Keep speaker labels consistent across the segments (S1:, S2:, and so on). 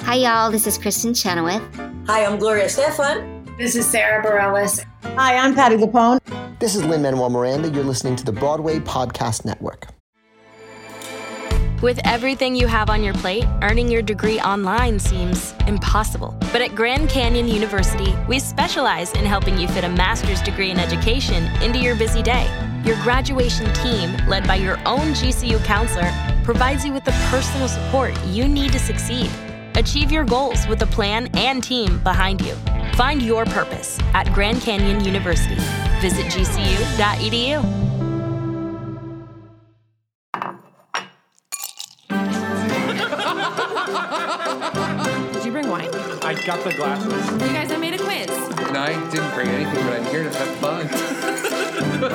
S1: Hi, y'all. This is Kristen Chenoweth.
S2: Hi, I'm Gloria Stefan.
S3: This is Sarah Bareilles.
S4: Hi, I'm Patty Lapone.
S5: This is Lynn Manuel Miranda. You're listening to the Broadway Podcast Network.
S6: With everything you have on your plate, earning your degree online seems impossible. But at Grand Canyon University, we specialize in helping you fit a master's degree in education into your busy day. Your graduation team, led by your own GCU counselor, provides you with the personal support you need to succeed. Achieve your goals with a plan and team behind you. Find your purpose at Grand Canyon University. Visit gcu.edu.
S7: Did you bring wine? You
S8: I got the glasses.
S7: guys, I made a quiz.
S8: And I didn't bring anything, but I'm here to have fun.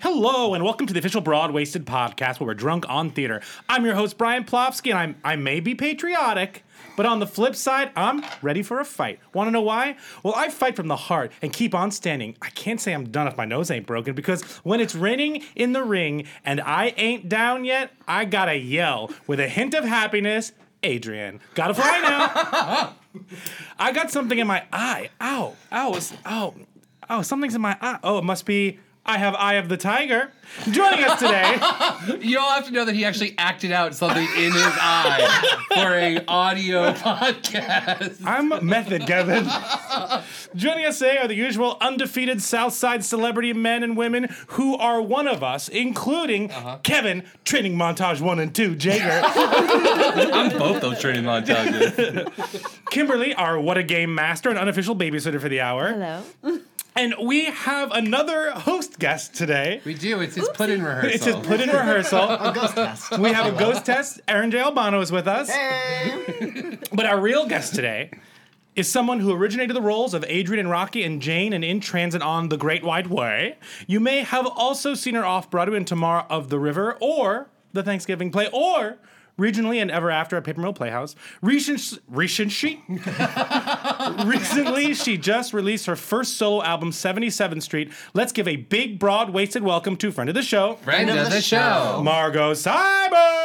S9: Hello, and welcome to the official Broad Wasted podcast where we're drunk on theater. I'm your host, Brian Plofsky, and I'm, I may be patriotic, but on the flip side, I'm ready for a fight. Want to know why? Well, I fight from the heart and keep on standing. I can't say I'm done if my nose ain't broken because when it's raining in the ring and I ain't down yet, I gotta yell with a hint of happiness. Adrian, gotta fly now. I got something in my eye. Ow, ow, it's- ow, oh, something's in my eye. Oh, it must be I have eye of the tiger. Joining us today,
S8: you all have to know that he actually acted out something in his eye for an audio podcast.
S9: I'm Method Kevin. Joining us today are the usual undefeated Southside celebrity men and women who are one of us, including Kevin, training montage one and two, Jager,
S8: I'm both those training montages.
S9: Kimberly, our what a game master and unofficial babysitter for the hour. Hello. And we have another host guest today.
S8: We do. It's his put in rehearsal.
S9: It's his put in rehearsal.
S5: Ghost Cast.
S9: We have a ghost test. Aaron J. Albano is with us. But our real guest today is someone who originated the roles of Adrian and Rocky and Jane and In Transit on The Great Wide Way. You may have also seen her off Broadway in Tamar of the River or the Thanksgiving play or regionally and ever after at Paper Mill Playhouse. Recent, recent she, recently she just released her first solo album, 77th Street. Let's give a big, broad, wasted welcome to friend of the show,
S8: Friend of the show.
S9: Margot Cyber.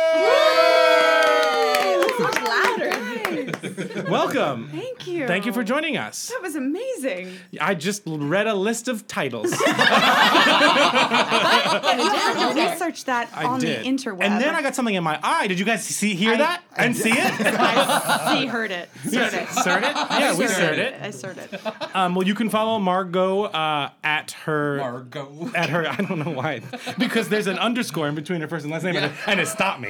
S9: Welcome.
S10: Thank you.
S9: Thank you for joining us.
S10: That was amazing.
S9: I just read a list of titles.
S10: I researched that
S9: I
S10: on
S9: did.
S10: the interweb.
S9: And then I got something in my eye. Did you guys see hear
S10: I-
S9: that and see it?
S10: I see, heard it. Heard it.
S9: Cert it? Yeah, we cert it.
S10: I heard it.
S9: Um, well, you can follow Margot uh, at her.
S8: Margo.
S9: at her, I don't know why, because there's an underscore in between her first and last name, and, it, and it stopped me.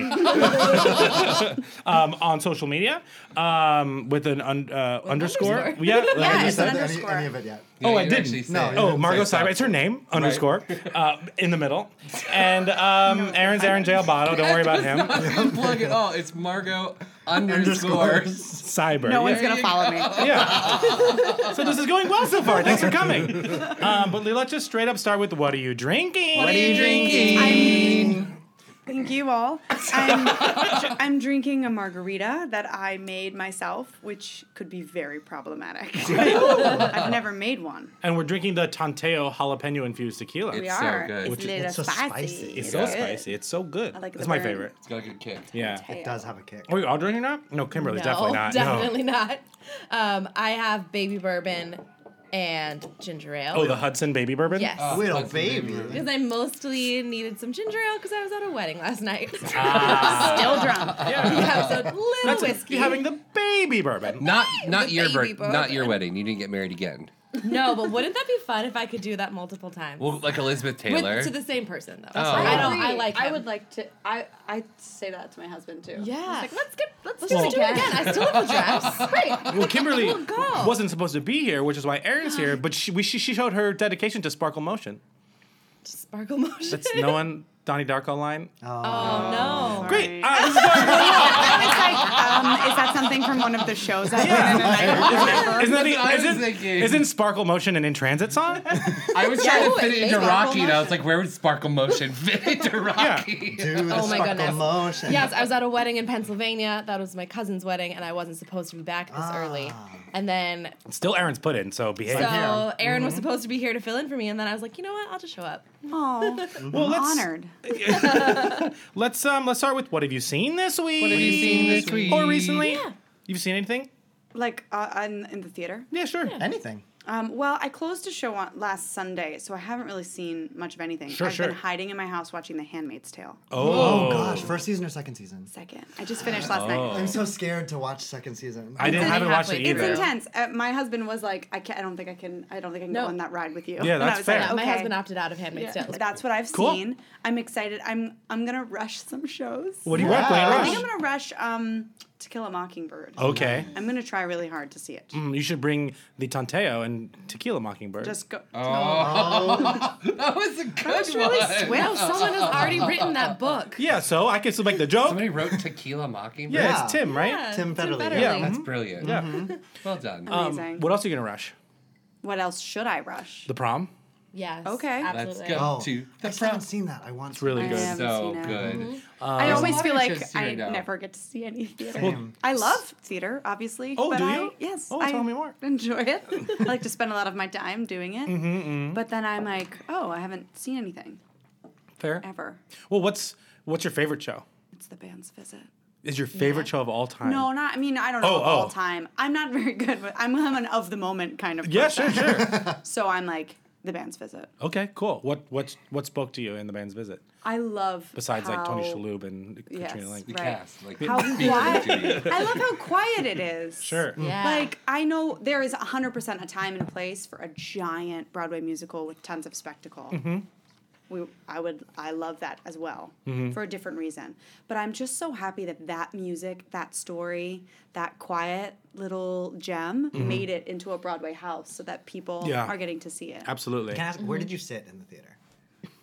S9: um, on social media, um, with an un, uh, underscore.
S7: underscore.
S9: Yeah,
S10: Yeah, it's an
S5: Any,
S10: underscore.
S5: any of it yet?
S9: Oh, I
S8: you
S9: didn't.
S8: actually
S5: No.
S8: said-
S9: Oh, Margot
S8: said
S9: Cyber. It's her name, underscore, uh, in the middle. And um, Aaron's Aaron J. Albano. Don't worry about him.
S8: Unplug it all. It's Margo underscore.
S9: Cyber.
S10: No
S9: yeah.
S10: one's gonna follow me.
S9: yeah. so this is going well so far. Thanks for coming. Um, but let's just straight up start with what are you drinking?
S8: What are you drinking?
S10: Thank you all. I'm, I'm drinking a margarita that I made myself, which could be very problematic. I've never made one.
S9: And we're drinking the Tanteo jalapeno infused tequila.
S10: We
S8: It's so
S10: are.
S8: good.
S10: It's
S8: Which-
S10: a little
S5: it's so
S10: spicy.
S5: spicy.
S9: It's so spicy. It's so good.
S10: like
S9: That's
S10: the
S9: my
S10: burn.
S9: favorite.
S8: It's got a good kick.
S9: Yeah.
S5: It does have a kick.
S9: Are you all drinking that? No, Kimberly,
S7: no,
S9: definitely not. no.
S7: Definitely not. Um, I have baby bourbon and ginger ale.
S9: Oh, the Hudson baby bourbon?
S7: yes.
S8: Uh,
S5: Little
S8: That's amazing.
S5: baby.
S7: because I mostly needed some ginger ale because I was at a wedding last night.
S9: Ah.
S10: Still drunk.
S7: yeah, so a little
S9: That's it.
S7: whiskey.
S9: You're having the baby bourbon.
S8: Not not your
S7: baby
S8: bir- not your
S7: bourbon.
S8: wedding. You didn't get married again.
S7: no, but wouldn't that be fun if I could do that multiple times?
S8: Well, like Elizabeth
S7: With-
S8: Taylor.
S7: to the same person though.
S8: Oh.
S7: I don't. I like. Him.
S11: I would like to. I I say that to my husband too.
S7: Yeah.
S11: I was like, let's get let's,
S7: Let's just do it again. I still have a dress.
S11: Great.
S9: Well, Kimberly
S10: Oh
S7: go.
S9: wasn't supposed to be here, which is why Aaron's here. But she, we, she, she showed her dedication to Sparkle Motion.
S7: Sparkle motion.
S9: That's no one. Donnie Darko line.
S4: Oh.
S7: Oh, no.
S9: Great. Uh, this is Donnie
S10: I was like, um, is that something from one of the shows I've been in? And I don't remember.
S9: Isn't, that
S8: That's what I was
S9: the, isn't,
S8: thinking.
S9: isn't Sparkle Motion an in transit song?
S8: I was trying
S7: ooh,
S8: to fit
S7: it
S8: it
S7: made
S8: into
S7: Sparkle
S8: Rocky, and I was like, where would Sparkle Motion fit into Rocky?
S4: Do the
S7: Oh my
S4: sparkle
S7: goodness.
S4: motion.
S7: Yes, I was at a wedding in Pennsylvania. That was my cousin's wedding, and I wasn't supposed to be back this early.
S4: Ah.
S7: And then,
S9: Still Aaron's put in, so behave.
S7: so
S4: here.
S7: Aaron was supposed to be here to fill in for me, and then I was like, you know what? I'll just show up.
S10: Oh,
S9: well,
S10: I'm
S9: let's
S10: honored.
S9: let's um let's start with what have you seen this week?
S8: What have you seen this week?
S9: Or recently? Yeah. You've seen anything?
S10: Like uh, in, in the theater.
S9: Yeah, sure.
S4: Anything.
S10: Um, well, I closed a show on last Sunday, so I haven't really seen much of anything.
S9: Sure,
S10: I've
S9: sure.
S10: been hiding in my house watching The Handmaid's Tale.
S9: Oh,
S4: Gosh, first season or second season?
S10: Second, I just finished last night.
S4: I'm so scared to watch second season.
S9: I didn't
S7: It's
S9: haven't
S7: only
S9: watched it
S7: halfway
S9: either.
S7: through.
S10: It's intense. Uh, my husband was like, I can't. I don't think I can. I don't think I can
S7: No.
S10: go on that ride with you.
S9: Yeah,
S10: And
S9: that's
S10: I was
S9: fair.
S10: Like,
S7: My
S10: okay.
S7: husband opted out of Handmaid's Tale.
S10: That's what I've
S9: Cool.
S10: seen. I'm excited. I'm I'm gonna rush some shows.
S9: What do you work, Blaine
S10: I think
S9: Rush?
S10: I'm gonna rush um, To Kill a Mockingbird.
S9: Okay.
S10: I'm gonna try really hard to see it.
S9: Mm, You should bring the Tanteo and Tequila Mockingbird.
S10: Just go.
S8: Um, That was a good
S10: It's really
S8: one.
S10: swift.
S7: No, "Oh, someone has already written that book.
S9: yeah, so I can still make the joke.
S8: Somebody wrote Tequila Mockingbird.
S9: yeah,
S4: Yeah.
S9: it's Tim, right?
S4: Tim Federle.
S9: Yeah,
S8: That's
S12: Mm-hmm.
S7: Mm-hmm.
S8: brilliant.
S10: Mm-hmm.
S8: Well done.
S9: Um,
S10: Amazing.
S9: what else are you gonna rush?
S10: What else should I rush?
S9: The prom?
S7: Yes.
S10: Okay.
S8: Let's
S7: Absolutely.
S8: go
S4: Oh,
S8: to
S4: I
S8: the
S4: still haven't
S8: front.
S4: seen that. I want. It's
S9: Really good.
S10: am-
S8: So
S10: haven't seen it.
S8: good.
S9: Uh,
S10: I always
S8: lot
S10: feel
S8: of
S10: like
S8: shows
S10: I
S8: here now.
S10: never get to see any theater. I love theater, obviously.
S9: Oh,
S10: but
S9: do
S10: I,
S9: you?
S10: Yes.
S9: Oh,
S10: I
S9: tell me more. Mm-hmm,
S10: Enjoy it. I like to spend a lot of my time doing it. But then I'm like, oh, I haven't seen anything
S9: Fair.
S10: ever.
S9: Well, what's what's your favorite show?
S10: It's the band's visit.
S9: Is your favorite show of all time?
S10: No, not. I mean, I don't know
S9: Oh,
S10: of all
S9: oh.
S10: time. I'm not very good with. I'm, I'm an of the moment kind of.
S9: Yeah,
S10: person.
S9: sure, Oh. sure.
S10: So I'm like the band's visit.
S9: okay, cool. What what what spoke to you in the band's visit?
S10: I love
S9: Besides like Tony
S10: how-
S9: Shalhoub and
S10: Yes,
S9: Katrina Lang.
S8: The
S10: Right.
S8: cast. Like,
S10: How
S8: speaking
S10: quiet!
S8: to you.
S10: I love how quiet it is.
S9: Sure.
S7: Yeah.
S10: Like I know there is hundred percent a time and a place for a giant Broadway musical with tons of spectacle. We, I would, I love that as well for a different reason. But I'm just so happy that that music, that story, that quiet little gem made it into a Broadway house, so that people
S9: Yeah.
S10: are getting to see it.
S9: Absolutely.
S4: Can I ask, where
S10: mm-hmm.
S4: did you sit in the theater?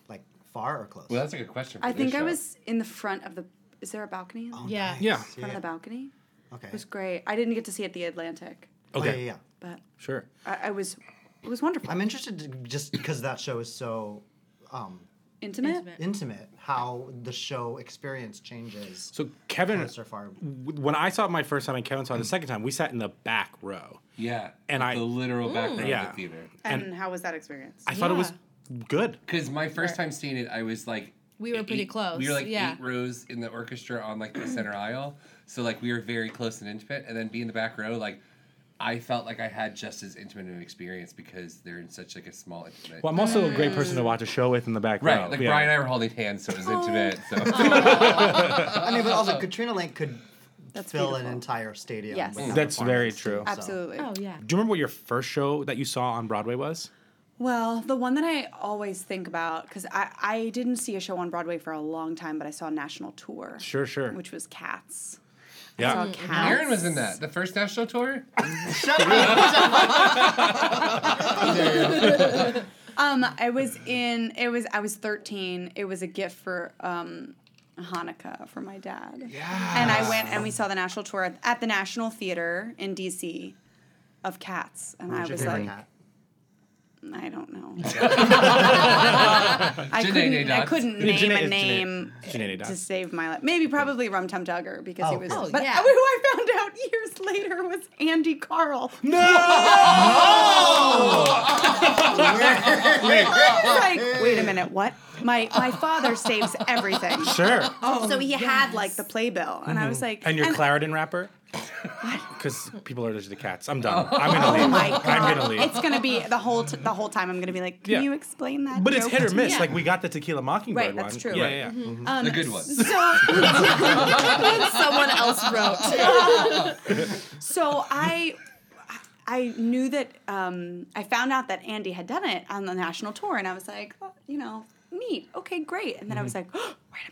S4: Like far or close?
S8: Well, that's a good question. For
S10: I
S8: this
S10: think I
S8: show.
S10: was in the front of the. Is there a balcony?
S12: Oh,
S10: In the-
S7: Yeah.
S9: Yeah.
S10: Front of the balcony.
S4: Oh, Okay.
S10: It was great. I didn't get to see it at the Atlantic,
S4: Oh, yeah,
S9: Okay.
S4: yeah, yeah.
S10: but
S9: Sure.
S10: I, I was. It was wonderful.
S4: I'm interested to, just because that show is so um,
S10: Intimate.
S4: intimate. How the show experience changes.
S9: So Kevin,
S4: so far.
S9: w- when I saw it my first time and Kevin
S10: Mm.
S9: saw it the second time, we sat in the back row.
S8: Yeah.
S9: And
S8: with
S9: I-
S8: The literal background
S9: Yeah.
S8: of the theater.
S10: And, how was that experience?
S9: I thought it was good.
S8: Because my first time seeing it, I was like.
S7: We were pretty
S8: eight-
S7: close,
S8: We were like
S7: yeah.
S8: eight rows in the orchestra on like the center aisle. So like we were very close and intimate. And then being in the back row, like I felt like I had just as intimate an experience because they're in such like a small intimate.
S9: Well, I'm also a great
S10: Mm.
S9: person to watch a show with in the back
S8: right.
S9: row.
S8: like
S9: yeah.
S8: Brian and I were holding hands, so it was intimate. So
S4: I mean, but also Katrina Link could
S10: That's
S4: fill an
S10: beautiful.
S4: entire stadium.
S10: Yes.
S4: with that
S9: That's very
S4: performance,
S9: true.
S4: too, so.
S10: Absolutely.
S7: Oh, yeah.
S9: Do you remember what your first show that you saw on Broadway was?
S10: Well, the one that I always think about because I I didn't see a show on Broadway for a long time, but I saw a national tour.
S9: Sure, sure. Oh.
S10: Which was Cats.
S9: Yeah.
S10: I saw Cats.
S8: Aaron was in that the first national tour.
S10: Um, I was in. It was. I was thirteen. It was a gift for um, Hanukkah for my dad. Yeah. And I went and we saw the national tour at, at the National Theater in D.C. of Cats, and I
S4: Who's your
S10: was
S4: favorite
S10: like,
S4: cat?
S10: I don't know. I
S8: Janae
S10: couldn't, I
S8: Dodds.
S10: couldn't name a
S9: Yeah, Janae is Janae-
S10: name
S9: Janae
S10: to
S9: Dodds.
S10: save my life. Maybe probably Rum Tum Tugger because
S4: Oh,
S10: it was.
S4: Oh,
S10: but
S7: yeah.
S10: who I found out years later was Andy Carl. No. like, wait a minute, what? My my father saves everything.
S9: Sure.
S10: So he had like the playbill, and I was like,
S9: And your Claritin wrapper? Because people are allergic to cats. I'm done. I'm gonna leave.
S10: Oh my god!
S9: I'm gonna leave.
S10: It's gonna be the whole t- the whole time. I'm gonna be like, can
S9: Yeah.
S10: you explain that?
S9: but it's
S10: joke
S9: hit or
S10: to me?"
S9: miss. Like we got the Tequila Mockingbird
S10: Right,
S9: one.
S10: that's true.
S9: Yeah,
S10: Right.
S9: yeah. yeah.
S8: the good one.
S10: So
S7: Someone else wrote.
S10: so I I knew that um, I found out that Andy had done it "Oh,
S9: Mm-hmm.
S10: on the national tour, and I was like, well, you know, neat, okay, great. And then I was like, wait a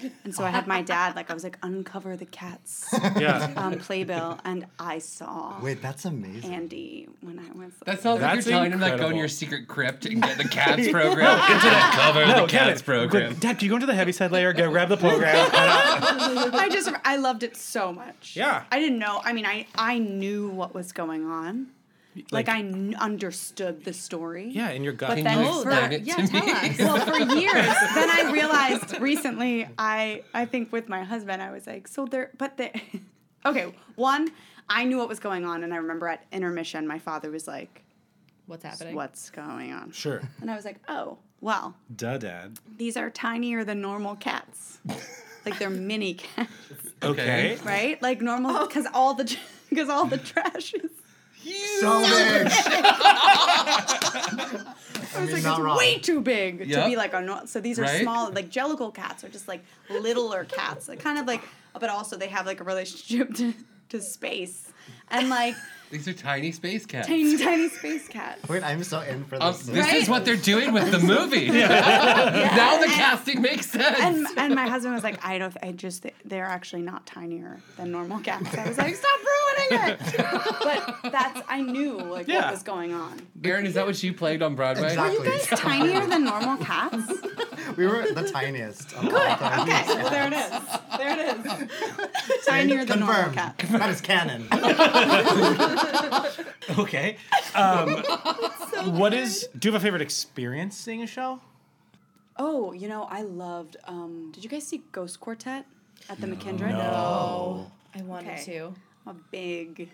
S10: minute, And so I had my dad, like, I was like, uncover the cats
S9: Yeah.
S10: um, playbill, and I saw
S4: Wait, that's amazing.
S10: Andy when I was.
S8: That sounds like
S9: That's
S8: you're telling him like go
S9: incredible.
S8: in your secret crypt and get the cats program. Into that cover of the
S9: get
S8: cats
S9: it.
S8: program.
S9: Dad, can you go into the heavy side layer? Go grab the program.
S10: I just I loved it so much.
S9: Yeah.
S10: I didn't know. I mean, I I knew what was going on. Like, I kn- understood the story.
S9: yeah, in your gut.
S10: But
S8: Can
S10: then
S8: you
S10: for
S8: explain it
S7: yeah,
S8: to
S7: tell
S8: me?
S7: us.
S10: well, for years, then I realized recently. I I think with my husband, I was like, so there, but there. okay, one, I knew what was going on, and I remember at intermission, my father was like,
S7: What's happening?
S10: "What's going on?"
S9: sure.
S10: And I was like, "Oh, well,
S9: Duh, Dad.
S10: these are tinier than normal cats." Like they're mini cats,
S9: Okay.
S10: right? Like normal, because all the because all the trash is
S4: So big. I mean, not wrong.
S10: way too big to
S8: Yep.
S10: be like a no- so these are
S8: Right?
S10: small like jellicle cats are just like littler cats like kind of like but also they have like a relationship to, to space and like
S8: These are tiny space cats.
S10: tiny tiny space cats
S4: Wait, I'm so in for
S8: Um,
S4: this.
S8: this
S10: Right?
S8: is what they're doing with the movie. Now the casting makes sense.
S10: and and my husband was like I don't I just they're actually not tinier than normal cats I was like stop ruining it but that's I knew like
S9: Yeah.
S10: what was going on
S8: Aaron, is that what you played on Broadway?
S4: Exactly.
S10: guys tinier than normal cats
S4: We were the tiniest. Good.
S10: okay well there it is there it is tinier than normal
S4: Confirmed.
S10: cats
S4: That is canon.
S9: Okay. Um, what is? Do you have a favorite experience seeing a show?
S10: Oh, you know, I loved. Um, did you guys see Ghost Quartet at the McKendrick? No.
S7: I wanted
S10: Okay.
S7: to.
S10: I'm a big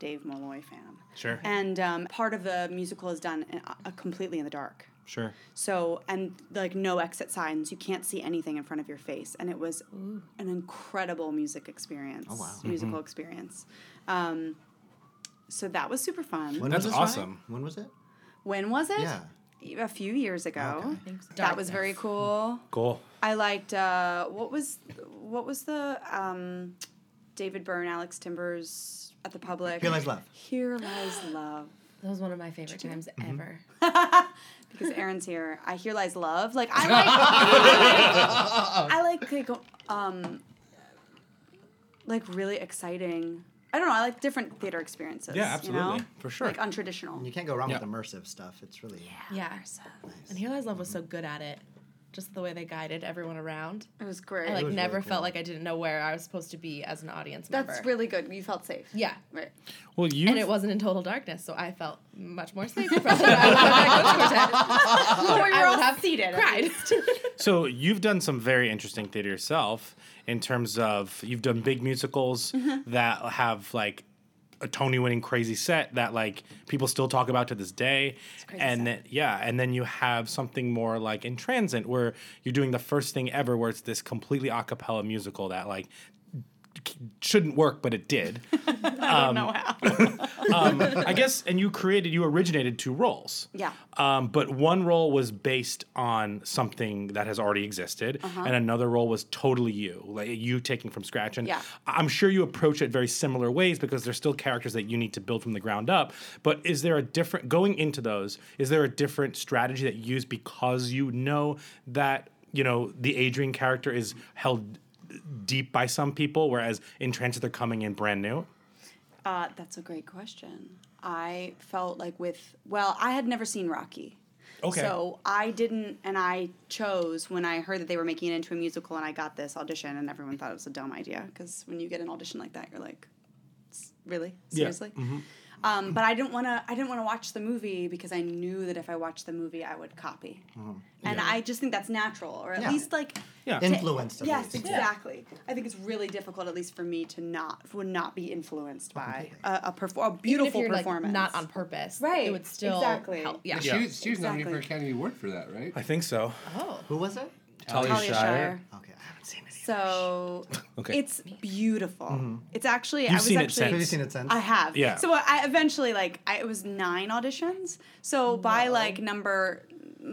S10: Dave Malloy fan.
S9: Sure.
S10: And um, part of the musical is done in, uh, completely in the dark.
S9: Sure.
S10: So, and like no exit signs, you can't see anything in front of your face. And it was an incredible music experience, oh,
S4: wow.
S10: musical experience. Um, so that was super fun.
S4: When
S9: That's
S4: was this, Ryan?
S9: awesome.
S4: When was it?
S10: When was it?
S4: Yeah.
S10: A few years ago.
S7: Thanks.
S10: That was
S11: Hmm.
S10: very cool.
S9: Cool.
S10: I liked uh, what was what was the um, David Byrne, Alex Timbers at the public.
S4: Here Lies Love.
S10: Here lies love.
S7: That was one of my favorite times ever.
S10: Because Aaron's here. I here lies love. Like I like I like like um like really exciting. I don't know. I like different theater experiences.
S9: Yeah,
S10: You know?
S9: absolutely. For sure.
S10: Like untraditional.
S4: You can't go wrong
S9: Yeah.
S4: with immersive stuff. It's really
S10: Mm-hmm.
S7: Yeah. And Here Lies Love was so good at it. Just the way they guided everyone around.
S10: It was great.
S7: I like
S4: was
S7: never
S4: really
S7: felt
S4: cool.
S7: like I didn't know where I was supposed to be as an audience member.
S11: That's really good. You felt safe.
S7: yeah.
S10: Right.
S9: Well, you.
S7: And it wasn't in total darkness, so I felt much more safe from that. I would have,
S10: we were all seated.
S7: cried.
S9: So you've done some very interesting theater yourself in terms of you've done big musicals that have like a Tony winning crazy set that like people still talk about to this day. And then, yeah, and then you have something more like in transit where you're doing the first thing ever where it's this completely a cappella musical that like c- shouldn't work but it did. um, I guess, and you created, you originated two roles.
S10: Yeah.
S9: Um, but one role was based on something that has already existed,
S10: Uh-huh.
S9: and another role was totally you, like you taking from scratch. And
S10: Yeah.
S9: I- I'm sure you approach it very similar ways because there's still characters that you need to build from the ground up. But is there a different going into those? Is there a different strategy that you use because you know that you know the Adrian character is held deep by some people, whereas in Transit they're coming in brand new.
S10: Uh, that's a great question. I felt like with well, I had never seen Rocky.
S9: Okay.
S10: So I didn't, and I chose when I heard that they were making it into a musical, and I got this audition, and everyone thought it was a dumb idea because when you get an audition like that, you're like, "S- really, seriously.
S9: Mm-hmm.
S10: Um, but I didn't want to. I didn't want to watch the movie because I knew that if I watched the movie, I would copy, and I just think that's natural, or at
S4: Yeah.
S10: least like
S9: Mm-hmm. Yeah.
S4: influenced. at
S10: Yes,
S4: least.
S10: exactly. I think it's really difficult, at least for me, to not would not be influenced by a, a, perfor- a
S7: Even
S10: beautiful
S7: if you're
S10: performance.
S7: like not on purpose,
S10: Right,
S7: It would still
S10: exactly.
S7: help. Yeah.
S8: She was, she was nominated for
S10: Exactly.
S8: Academy Award for that, right?
S9: I think so.
S7: Oh.
S4: Who was it?
S9: Talia,
S10: Talia Shire.
S4: Okay, I haven't seen it. Yet.
S10: So
S9: Oh, Okay. Mm-hmm.
S10: it's beautiful. It's actually I
S9: You've
S10: was
S9: seen it
S10: actually
S9: since.
S4: Have you seen it since?
S10: I have.
S9: Yeah.
S10: So I eventually like I, it was nine auditions. So by like number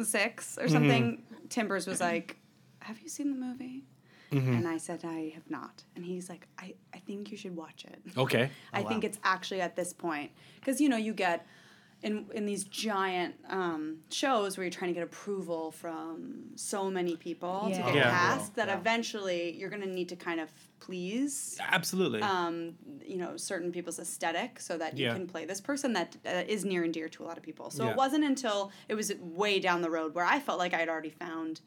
S10: six
S9: Mm-hmm.
S10: or something, Timbers was like, "Have you seen the movie?"
S9: Mm-hmm.
S10: And I said, "I have not." And he's like, "I I think you should watch it."
S9: Okay.
S10: I think it's actually at this point because you know you get in in these giant um, shows where you're trying to get approval from so many people to
S7: Yeah.
S10: get
S9: Yeah.
S10: cast that eventually you're going to need to kind of please
S9: Absolutely.
S10: um, you know certain people's aesthetic so that
S9: Yeah.
S10: you can play this person that uh, is near and dear to a lot of people. So
S9: Yeah.
S10: it wasn't until it was way down the road where I felt like I'd already found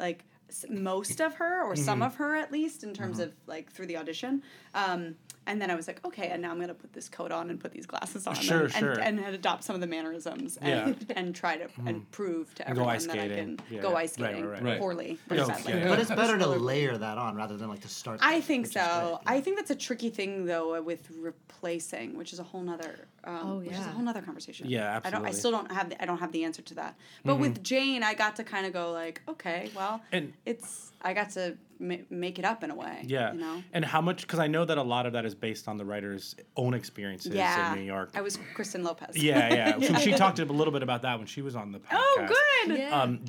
S10: like s- most of her or some
S9: Mm-hmm.
S10: of her at least in terms
S9: Uh-huh.
S10: of like through the audition. Um, and then I was like, okay, and now I'm gonna put this coat on and put these glasses on
S9: Sure,
S10: and,
S9: sure. Mm-hmm.
S10: and, and adopt some of the mannerisms and, and try to and prove to
S9: go
S10: everyone
S9: ice
S10: that I
S9: skating.
S10: can
S9: Yeah.
S10: go ice
S9: Right,
S10: skating
S9: right, right.
S10: poorly.
S9: Yeah,
S10: Pretty badly.
S9: yeah.
S4: But it's
S10: That was
S4: better to
S10: really-
S4: layer that on rather than like to start.
S10: I
S4: there,
S10: think
S4: which is
S10: so.
S4: great, yeah.
S10: I think that's a tricky thing though with replacing, which is a whole nother um,
S7: Oh,
S10: which is
S7: yeah.
S10: a whole nother conversation.
S9: Yeah,
S10: I don't I
S9: absolutely. Mm-hmm.
S10: still don't have the I don't have the answer to that. But with Jane, I got to kind of go like, okay, well,
S9: And-
S10: it's I got to ma- make it up in a way.
S9: yeah.
S10: you know.
S9: And how much? Because I know that a lot of that is based on the writer's own experiences
S10: yeah,
S9: in New York.
S10: I was Kristen Lopez.
S9: yeah, yeah. So she talked a little bit about that when she was on the podcast.
S10: Oh, good.
S9: Um,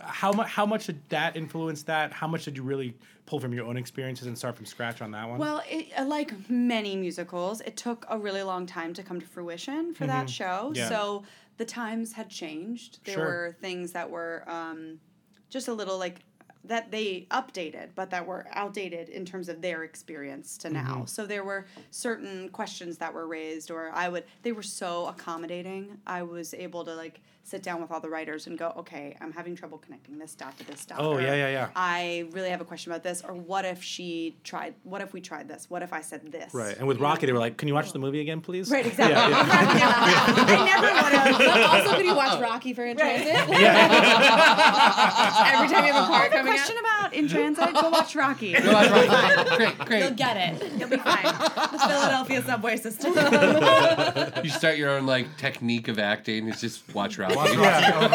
S9: how much? How much did that influence that? How much did you really pull from your own experiences and start from scratch on that one?
S10: Well, it, uh, like many musicals, it took a really long time to come to fruition for that show.
S9: Mm-hmm. Yeah.
S10: So the times had changed. There
S9: Sure.
S10: were things that were um, just a little like that they updated, but that were outdated in terms of their experience to now.
S9: Mm-hmm.
S10: So there were certain questions that were raised, or I would, they were so accommodating. I was able to like sit down with all the writers and go, okay, I'm having trouble connecting this dot to this dot.
S9: Oh,
S10: or
S9: yeah, yeah, yeah.
S10: I really have a question about this, or what if she tried? What if we tried this? What if I said this?
S9: right. And with Rocky, they were like, "Can you watch the movie again, please?"
S10: Right, exactly. I never would have.
S7: But also, could you
S10: Oh.
S7: watch Rocky for in transit? Every time you have a car
S10: I have a
S7: coming out,
S10: question about in transit. Go watch Rocky.
S8: great, great.
S7: you'll get it.
S10: You'll be fine. The Philadelphia subway system.
S8: You start your own like technique of acting. It's just watch Rocky.
S4: Watch Rocky over and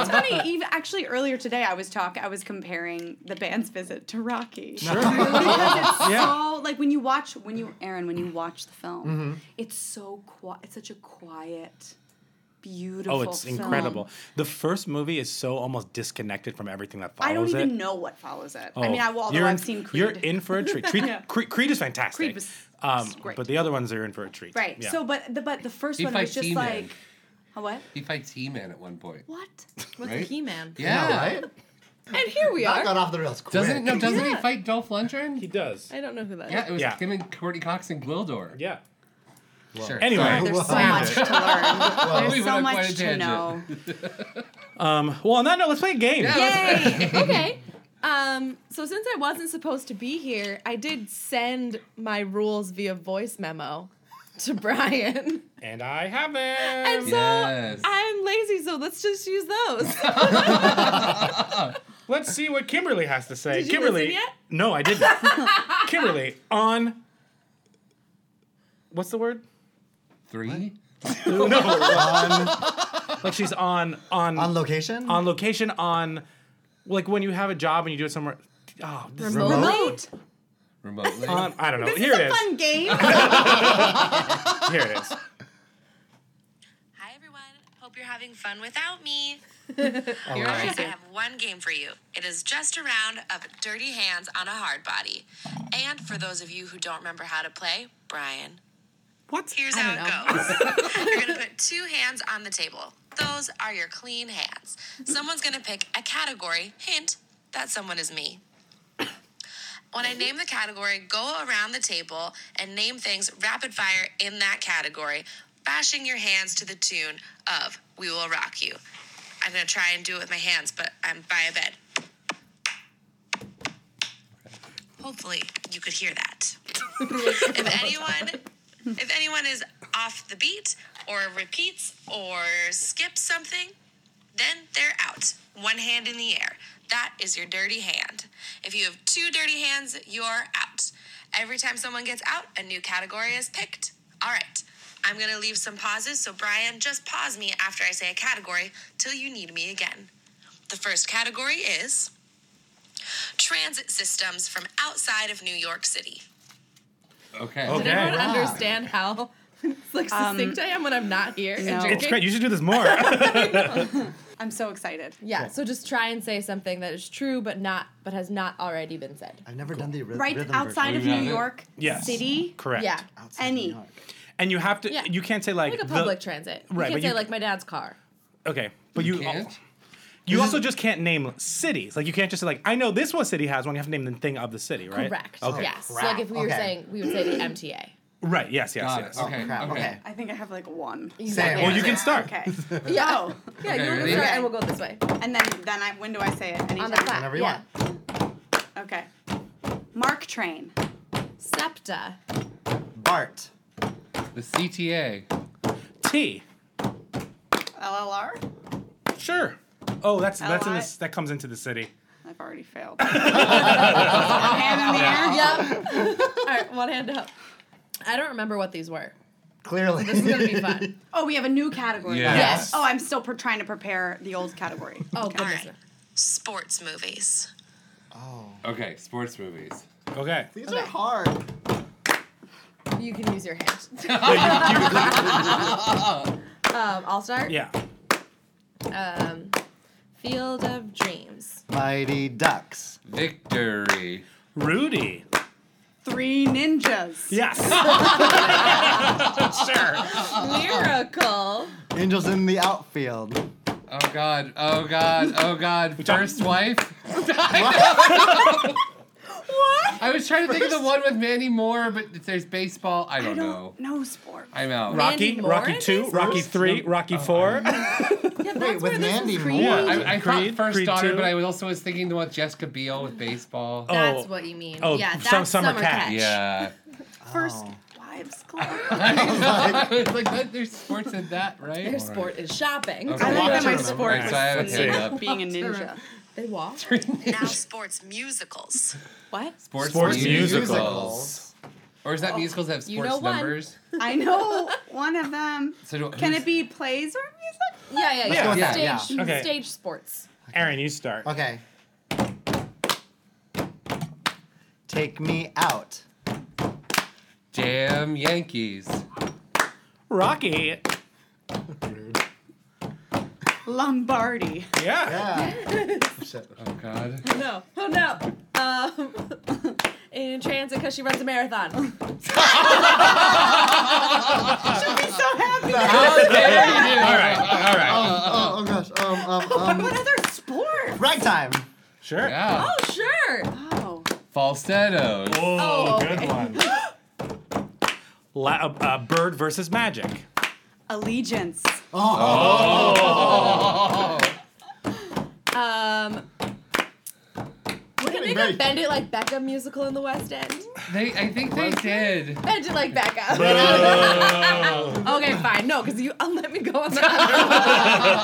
S10: it's funny. Even actually, earlier today, I was talk. I was comparing the band's visit to Rocky. Sure.
S9: Yeah.
S10: so like when you watch when you Aaron when you watch the film,
S9: Mm-hmm.
S10: it's so quiet. It's such a quiet, beautiful.
S9: Oh, it's
S10: film.
S9: incredible. The first movie is so almost disconnected from everything that follows
S10: I don't even
S9: it.
S10: know what follows it.
S9: Oh,
S10: I mean, I, although
S9: you're in-
S10: I've seen Creed.
S9: You're in for a treat. Creed, Creed, Creed is fantastic.
S10: Creed was-
S9: um,
S10: was great.
S9: But the other ones are in for a treat.
S10: Right.
S9: Yeah.
S10: So, but the but the first
S8: He
S10: one was
S8: fights
S10: just
S8: He-Man.
S10: like, a what?
S8: He fights He Man at one point.
S10: What?
S7: What's
S8: Right?
S7: the key man?
S8: Yeah.
S4: Right?
S7: And here we
S4: That
S7: are.
S4: got off the rails quick.
S8: Doesn't no? Doesn't he fight Dolph Lundgren?
S9: he does.
S7: I don't know who that is.
S8: yeah, it was
S9: Yeah.
S8: him and Courtney Cox and Gwildor.
S9: Yeah.
S8: Sure.
S9: Anyway.
S8: Sorry.
S10: There's so
S4: Wow.
S10: much to learn.
S8: we
S10: There's
S8: went
S10: so
S8: on quite a
S10: much to
S8: tangent.
S10: know.
S9: Well, on that note, let's play a game.
S7: Yay! okay. Um, so since I wasn't supposed to be here, I did send my rules via voice memo to Brian.
S9: And I have it.
S7: And so
S8: Yes.
S7: I'm lazy, so let's just use those.
S9: Let's see what Kimberly has to say.
S7: Did you
S9: Kimberly.
S7: listen yet?
S9: No, I didn't. Kimberly, on what's the word?
S8: Three.
S9: No, on like she's on on
S4: On location?
S9: on location on like when you have a job and you do it somewhere. Oh, this is
S7: Remotely?
S4: Remote?
S8: remotely.
S9: on, I don't know. Here it is.
S10: Fun game.
S9: Here it is.
S12: Hi, everyone. Hope you're having fun without me.
S4: All right.
S12: I have one game for you. It is just a round of dirty hands on a hard body. And for those of you who don't remember how to play, Brian.
S9: What?
S12: Here's how it goes you're going to put two hands on the table. Those are your clean hands. Someone's going to pick a category. Hint that someone is me. When I name the category, go around the table and name things rapid fire in that category, bashing your hands to the tune of We Will Rock You. I'm gonna try and do it with my hands, but I'm by a bed. Hopefully you could hear that. if anyone if anyone is off the beat or repeats or skips something, then they're out. One hand in the air. That is your dirty hand. If you have two dirty hands, you're out. Every time someone gets out, a new category is picked. All right. I'm going to leave some pauses, so Brian, just pause me after I say a category till you need me again. The first category is transit systems from outside of New York City.
S8: Okay.
S7: Did
S9: Okay.
S7: everyone understand how it's like succinct I am when I'm not here? and
S10: no.
S7: drinking?
S9: It's great. You should do this more.
S10: I'm so excited.
S7: Yeah, so just try and say something that is true but not but has not already been said.
S4: I've never done the ry-
S10: Right
S4: rhythm
S10: outside
S4: version.
S10: of New York
S9: Oh, Yes.
S10: City.
S9: Correct.
S7: Yeah.
S4: Outside of
S10: any.
S4: New York.
S9: and you have to.
S7: Yeah.
S9: You can't say like,
S7: like a
S9: the-
S7: public transit. You
S9: Right,
S7: can't
S9: but
S7: say
S9: you-
S7: like my dad's car.
S9: Okay, but you.
S8: can't?
S9: You also just can't name cities. Like you can't just say like I know this one city has one. You have to name the thing of the city, right?
S7: Correct.
S9: Okay.
S7: Yes. So, like if we were
S9: Okay.
S7: saying, we would say the MTA.
S9: Right. Yes. Yes.
S8: Got it.
S9: yes.
S8: Okay, Oh, crap, okay. okay.
S10: I think I have like one.
S9: Same. Well, you can start.
S10: Okay.
S7: Yeah.
S10: Oh.
S7: Yeah,
S9: Okay,
S7: you
S9: ready?
S7: will start and we'll go this way.
S10: And then then I when do I say it? Anytime.
S7: On the flat.
S4: Whenever you
S7: yeah.
S10: Okay. Mark train.
S7: Septa.
S4: Bart.
S8: The CTA.
S9: T.
S10: LLR.
S9: Sure. Oh, that's that's in
S10: LI.
S9: this that comes into the city.
S10: I've already failed. Hand in the
S9: Oh.
S10: air.
S7: Yep. All right, one hand up. I don't remember what these were.
S4: Clearly.
S7: This is gonna be fun.
S10: Oh, we have a new category.
S8: Yes. Yes.
S10: Oh, I'm still per- trying to prepare the old category.
S7: Oh, goodness.
S12: right. Sports movies.
S8: Okay, sports movies.
S9: Okay.
S4: These
S7: Okay.
S4: are hard.
S7: You can use your hand. um, I'll start.
S9: Yeah.
S7: Um, Field of Dreams.
S4: Mighty Ducks.
S8: Victory.
S9: Rudy.
S10: Three ninjas.
S9: Yes. sure.
S7: Miracle.
S4: Angels in the outfield.
S8: Oh god. Oh god. Oh god. First wife. what? I was trying to think of the one with Manny Moore, but if there's baseball, I
S10: I
S8: don't know.
S10: don't know sports.
S8: I'm out.
S9: Rocky.
S7: Mandy Moore
S9: Rocky
S7: is
S9: two.
S7: his
S9: Rocky
S7: first?
S9: three. Rocky
S8: Oh,
S9: four.
S7: Yeah, that's
S4: Wait, with
S7: where this
S4: Mandy
S7: is
S4: Moore?
S7: created.
S8: I, I
S9: Creed-
S8: thought first
S9: Creed
S8: daughter,
S9: two?
S8: but I was also was thinking the one with Jessica Biel with baseball.
S7: That's
S9: Oh.
S7: what you mean.
S9: Oh,
S7: yeah, that's
S9: Sum- Summer Catch.
S8: Yeah.
S10: First Wives Club.
S9: Oh
S8: I was like, "What? there's sports in that, right?
S7: Their sport is shopping.
S8: Okay.
S10: I don't
S8: Lots to
S10: think my
S8: remember.
S10: sport
S8: Alright, so I have a
S10: was
S8: hand
S10: something
S8: up.
S10: being a ninja.
S7: They walk.
S12: Now sports musicals.
S7: What?
S8: Sports,
S9: Sports
S8: musicals.
S4: musicals.
S8: Or is that musicals that have sports
S7: You know one.
S8: numbers?
S10: I know one of them.
S8: So do-
S10: Can
S8: who's-
S10: it be plays or music?
S7: Yeah, yeah,
S9: go
S7: yeah.
S9: with
S8: that,
S7: Stage,
S9: yeah. Okay.
S7: stage sports.
S9: Aaron, you start.
S4: Okay. Take me out.
S8: Damn Yankees.
S9: Rocky.
S10: Lombardi.
S9: Yeah.
S4: Yeah. Shit.
S8: Oh God.
S7: No. Oh no. Um, in transit because she runs a marathon.
S8: How dare you?
S9: All right. All right.
S4: oh, oh gosh. Um, um, um.
S10: What other sport?
S4: Ragtime.
S9: Sure.
S8: Yeah.
S7: Oh sure.
S10: Oh.
S8: Falsettos.
S9: Oh,
S7: Oh,
S9: good one. La- uh, uh, bird versus magic.
S10: Allegiance.
S4: Oh,
S8: Oh.
S7: Um. We're gonna make
S4: very-
S7: a Bend It Like Becca musical in the West End.
S8: They, I think they did.
S7: Bend It Like Becca. okay, fine. No, because you uh, let me go on that.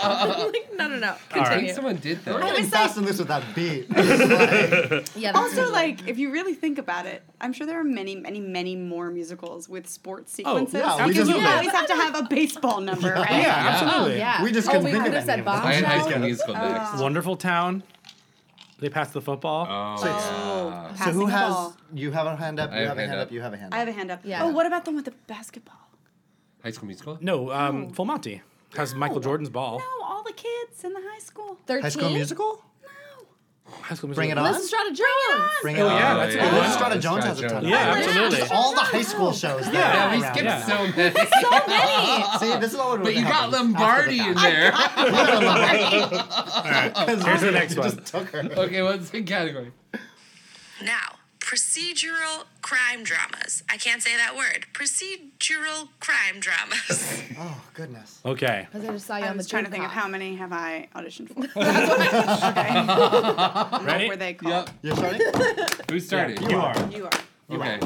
S7: I'm like, no, no, no.
S8: I
S7: Continue.
S8: think someone did
S4: We're
S8: that.
S4: getting
S7: was
S4: fast in this with that beat. Like,
S7: Yeah. that's
S10: Also,
S7: usually-
S10: like, if you really think about it, I'm sure there are many, many, many more musicals with sports sequences.
S4: yeah, we
S10: because
S4: just-
S10: you
S4: Yeah,
S10: always
S7: but
S10: have to have a baseball number, right?
S9: Yeah,
S7: Oh
S9: absolutely.
S7: yeah.
S4: We just
S7: oh,
S4: couldn't
S7: we
S4: think of
S7: could have
S4: any
S7: said
S4: of them.
S8: I had High
S7: bombshell.
S8: School Musical next.
S9: Wonderful Town. They pass the football.
S8: Oh, yeah.
S4: so who
S10: Passing the
S4: has?
S10: ball.
S4: You have a hand up. You
S8: I
S4: have, a hand, up. You have a hand
S10: I
S4: up.
S10: have a hand up.
S7: Yeah.
S10: Oh, what about the one with the basketball?
S8: High School Musical?
S9: No, um, Full Monty has Michael Jordan's ball.
S10: Oh. No, all the kids in the high school.
S4: High School
S7: 13?
S4: Musical.
S9: High School
S4: Bring it
S9: Musical.
S4: on.
S7: Let's Strata Jones.
S4: Bring it
S8: Oh,
S4: on.
S9: yeah, that's a good one.
S4: Strata
S8: Strata
S4: Jones has a ton.
S8: Jones.
S4: of
S9: Yeah,
S4: them.
S9: absolutely.
S4: All the high school shows. that
S9: Yeah,
S4: are
S8: Yeah, we
S4: around
S8: skipped
S4: now.
S8: so many.
S7: So many.
S4: See, this is all.
S8: But you got Lombardi in there.
S9: Here's the next one.
S8: okay, what's the category?
S12: Now, procedural crime dramas. I can't say that word. Procedural crime dramas.
S4: Oh goodness.
S9: Okay.
S7: Because I just saw you
S10: I
S7: on the
S10: was trying to think of
S7: Dream
S10: how
S7: Pop.
S10: many have I auditioned for.
S9: Ready?
S10: Were they called?
S8: Yep.
S4: You're starting.
S8: Who started?
S9: You are.
S10: You are.
S8: Okay.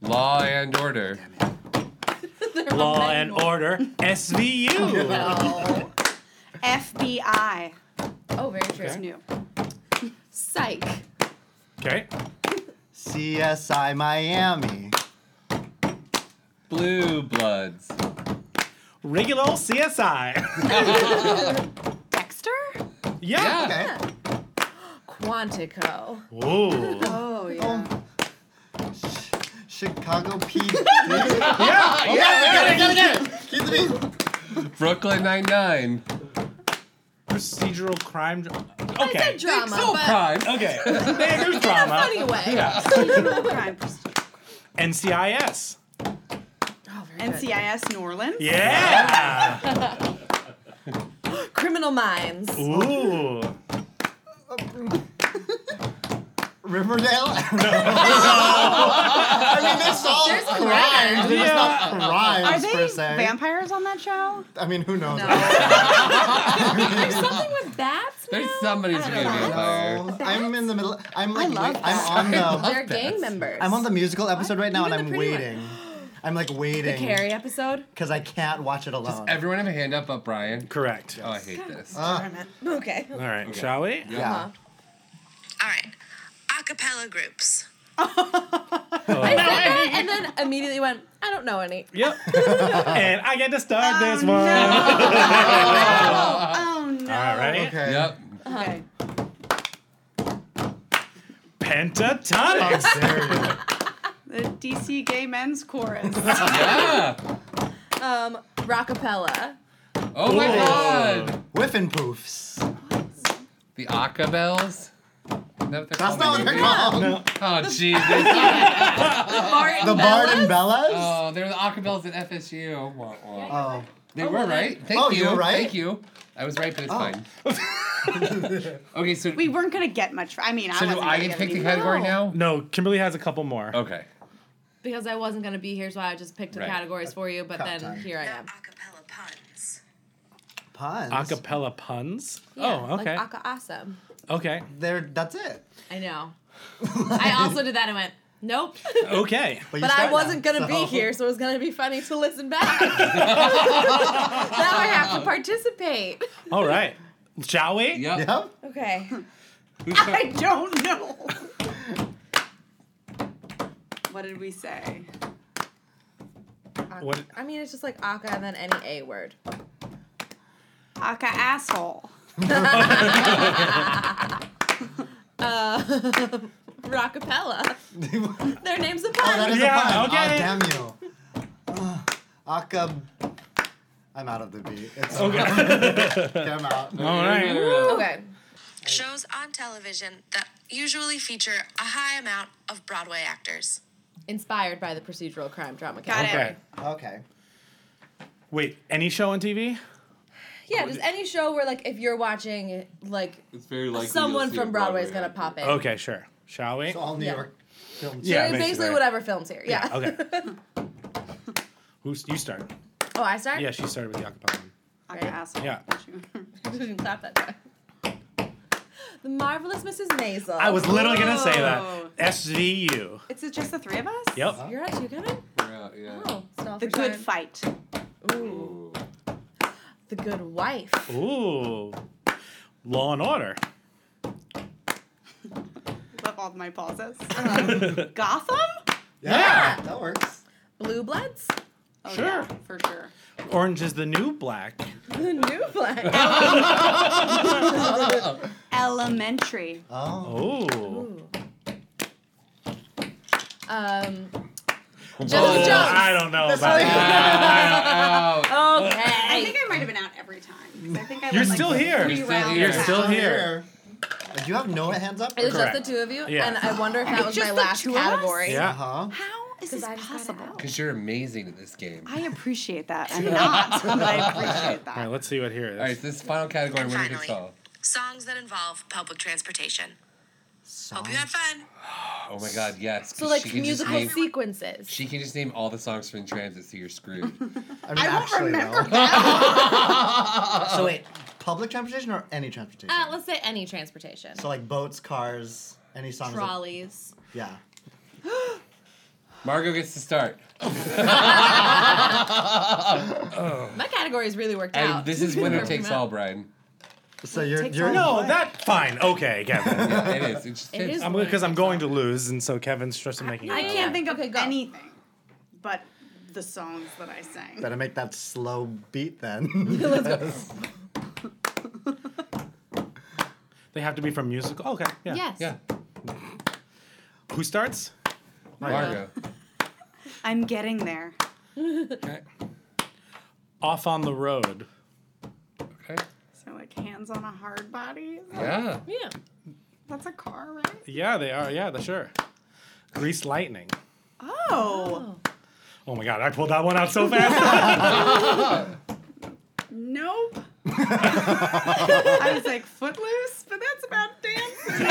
S8: Law and Order.
S9: Law and Order. SVU.
S7: Oh.
S10: FBI.
S7: Oh, very true.
S10: It's new.
S7: Psych.
S9: Okay.
S4: CSI Miami.
S8: Blue Bloods.
S9: Regular old CSI.
S10: Dexter?
S9: yeah.
S4: Okay.
S7: Quantico.
S9: Ooh.
S10: Oh, yeah.
S4: Chicago PD.
S9: Yeah.
S4: Keep the beat.
S8: Brooklyn Nine Nine.
S9: Procedural crime. Dra- okay.
S7: Drama. but
S8: Crime.
S9: Okay. There's drama.
S7: Anyway.
S9: Yeah.
S10: Procedural crime.
S9: NCIS.
S10: NCIS New Orleans.
S9: Yeah.
S7: Criminal Minds.
S9: Ooh.
S4: Riverdale? I mean, they solve
S10: There's a
S4: crimes.
S10: lot.
S4: They're just not
S10: Yeah.
S4: crimes
S10: Are they
S4: per se.
S10: vampires on that show?
S4: I mean, who knows?
S10: There's something with bats.
S8: There's somebody's
S4: I
S8: gonna
S4: don't
S8: be a
S4: know.
S8: vampire.
S4: I'm in the middle. I'm like,
S10: love
S4: wait- I'm
S10: bats. I
S4: on the.
S10: love They're gang bats. members.
S4: I'm on the musical episode right now,
S10: Even
S4: and
S10: the
S4: I'm
S10: pretty one.
S4: waiting. I'm like waiting.
S7: episode?
S4: Because I can't watch it alone.
S8: Does everyone have a hand up, up Brian?
S9: Correct.
S8: Oh, I hate this.
S7: Okay.
S9: All right, shall we?
S10: Uh-huh.
S8: Yeah.
S12: All right. Acapella groups.
S7: I said that and then immediately went, I don't know any.
S9: Yep. and I get to start this one.
S10: Oh
S9: All right, ready?
S4: Okay.
S8: Yep.
S10: Okay.
S9: Pentatonics.
S10: The DC Gay Men's Chorus.
S8: yeah.
S7: Um, Rockapella.
S8: Oh my
S4: Ooh.
S8: god.
S4: Whiff and poofs.
S8: The Acapels.
S4: That's not what they're called.
S8: Oh Jesus.
S4: The Bard and Bellas?
S8: oh, they're the Acapels at FSU. Wah, wah.
S4: Oh.
S8: They were right. Thank
S4: Oh,
S8: you.
S4: you were right? Oh.
S8: Thank you. I was right, but it's fine. okay, so
S10: We weren't gonna get much. I mean, I
S8: so
S10: wasn't
S8: do I
S10: gonna
S8: get
S10: get
S8: to pick the
S10: anything.
S8: category now?
S9: No, Kimberly has a couple more.
S8: Okay.
S7: Because I wasn't going to be here, so I just picked the
S8: Right.
S7: categories for you, but
S4: Cup
S7: then
S4: time.
S7: here I am.
S12: Acapella puns.
S4: Puns.
S9: Acapella puns. oh, okay.
S7: Like Aka Awesome.
S9: okay.
S4: There. That's it.
S7: I know. I also did that and went, nope.
S9: Okay.
S4: you
S7: But I
S4: start now,
S7: wasn't gonna be
S4: so-
S7: here, so it was gonna be funny to listen back. now I have to participate.
S9: All right. Shall we?
S8: Yep.
S4: Yep.
S7: Okay.
S10: I don't know. what did we say?
S9: What?
S7: I mean, it's just like Aka and then any A word.
S10: Aka asshole.
S7: Uh, Rockapella. Their name's a pun.
S4: That is a
S9: Yeah,
S4: pun.
S9: okay.
S4: Oh, damn you. Uh, Acab. I'm out of the beat. It's okay. I'm out.
S9: All right.
S7: okay.
S12: Shows on television that usually feature a high amount of Broadway actors.
S7: Inspired by the procedural crime drama.
S10: Got
S7: category.
S9: Okay.
S4: Okay.
S9: Wait, any show on TV?
S7: Yeah, just any show where like if you're watching like
S8: It's very likely
S7: someone from Broadway is gonna pop in.
S9: Okay, sure. Shall we?
S4: It's all New
S7: Yeah.
S4: York films.
S9: Yeah.
S7: Basically,
S9: basically.
S7: whatever films here. Yeah.
S9: Okay. Who's you start?
S7: Oh, I start?
S9: Yeah, she started with the acapella. one.
S10: Aka asshole.
S9: Yeah.
S7: Didn't clap that time. The marvelous Mrs. Maisel.
S9: I was literally gonna say that.
S10: Whoa.
S9: SVU.
S10: It's just the three of us?
S9: Yep.
S7: You're at you, Kevin.
S8: yeah.
S7: Oh, stall
S10: The
S7: for
S10: good
S7: time.
S10: fight.
S7: Ooh,
S8: Oh.
S7: the good wife.
S9: Ooh. Law and Order.
S10: Love all my pauses. Um, Gotham?
S4: Yeah. That works.
S7: Blue Bloods.
S10: Oh,
S9: Sure.
S10: yeah, for sure.
S9: Orange is the New Black.
S7: The new black.
S10: Elementary.
S4: Oh.
S9: Oh.
S7: Ooh. Um. Jessica
S9: Oh,
S8: Ah,
S7: Jones.
S9: I don't know about that.
S10: I
S7: Okay.
S10: think I might have been out every time. 'cause I think I
S9: You're
S10: went, like,
S9: still here.
S10: three
S8: You're still
S10: rounds
S8: here.
S9: You're
S10: out.
S9: still here.
S4: Uh, Do you have no hands up?
S7: It was
S9: Correct.
S7: just the two of you,
S9: Yeah.
S7: and I wonder if that was
S10: Just
S7: my
S10: the
S7: last
S10: two of us?
S7: category.
S4: Uh
S9: Yeah.
S4: huh.
S10: How is this possible?
S8: Because you're amazing at this game.
S10: I appreciate that. I'm not, but I appreciate
S9: All right,
S10: that.
S9: let's see what here it is.
S8: All right, so this is the final category. We're gonna
S12: Finally.
S8: solve.
S12: Songs that involve public transportation.
S4: Song.
S12: Hope you had fun.
S8: Oh my god, yes.
S7: So
S8: 'cause
S7: like
S8: she can just
S7: musical
S8: name-
S7: sequences.
S8: She can just name all the songs from Transit, so you're screwed.
S4: I, mean, actually,
S10: remember
S4: though. so wait, public transportation or any transportation?
S7: uh, let's say any transportation.
S4: so like boats, cars, any songs. that-
S7: Trolleys.
S4: yeah.
S8: Margot gets to start.
S7: My categories really worked out.
S8: And this is winner takes all, Brian.
S4: So you're
S10: takes
S4: you're
S10: all
S9: No, that fine. Okay, Kevin.
S8: Yeah, it is. It just
S7: It
S8: fits.
S7: is-
S9: I'm because I'm going to lose, and so Kevin's stressing making.
S10: I
S9: it up.
S10: can't think of
S7: Okay, go.
S10: anything but the songs that I sang.
S4: Better make that slow beat then.
S9: They have to be from musical. Okay. Yeah.
S7: Yes.
S8: Yeah.
S9: Who starts?
S8: Margot.
S10: I'm getting there.
S9: Okay. Off on the road.
S8: Okay.
S10: So like hands on a hard body.
S8: Yeah.
S7: Yeah.
S10: That's a car, right?
S9: Yeah, they are. Yeah, the sure. Grease lightning.
S10: Oh,
S7: Oh.
S9: Oh my god, I pulled that one out so fast.
S10: Nope. I was like footloose, but that's about dancing.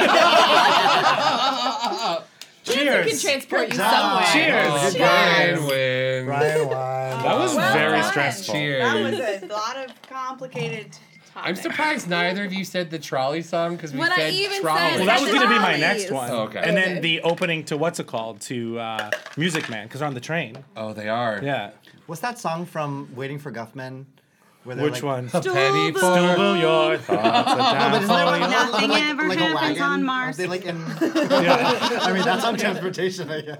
S7: Cheers. can transport you somewhere.
S9: Cheers.
S8: Brian wins.
S4: Brian won.
S10: Uh,
S9: That was
S10: Well
S9: very
S10: done.
S9: stressful.
S10: That was a lot of complicated topics.
S8: I'm surprised neither of you said the trolley song because we
S10: When I
S8: said
S10: even
S8: trolley.
S10: said
S9: Well, that was going to be my next
S10: Trolleys.
S9: one.
S8: Oh, okay.
S9: And then the opening to what's it called? To uh, Music Man, because they're on the train.
S8: Oh, they are.
S9: Yeah.
S4: What's that song from Waiting for Guffman? Where they're
S9: Which
S4: like-
S9: one?
S8: A penny for
S9: Still will your
S8: Oh,
S9: thoughts
S4: No, but isn't there one like,
S9: about-
S10: Nothing
S4: like,
S10: ever
S4: like a
S10: happens
S4: wagon?
S10: on
S4: Aren't
S10: Mars.
S4: they like in-
S9: Yeah.
S4: I mean, that's on transportation, I guess.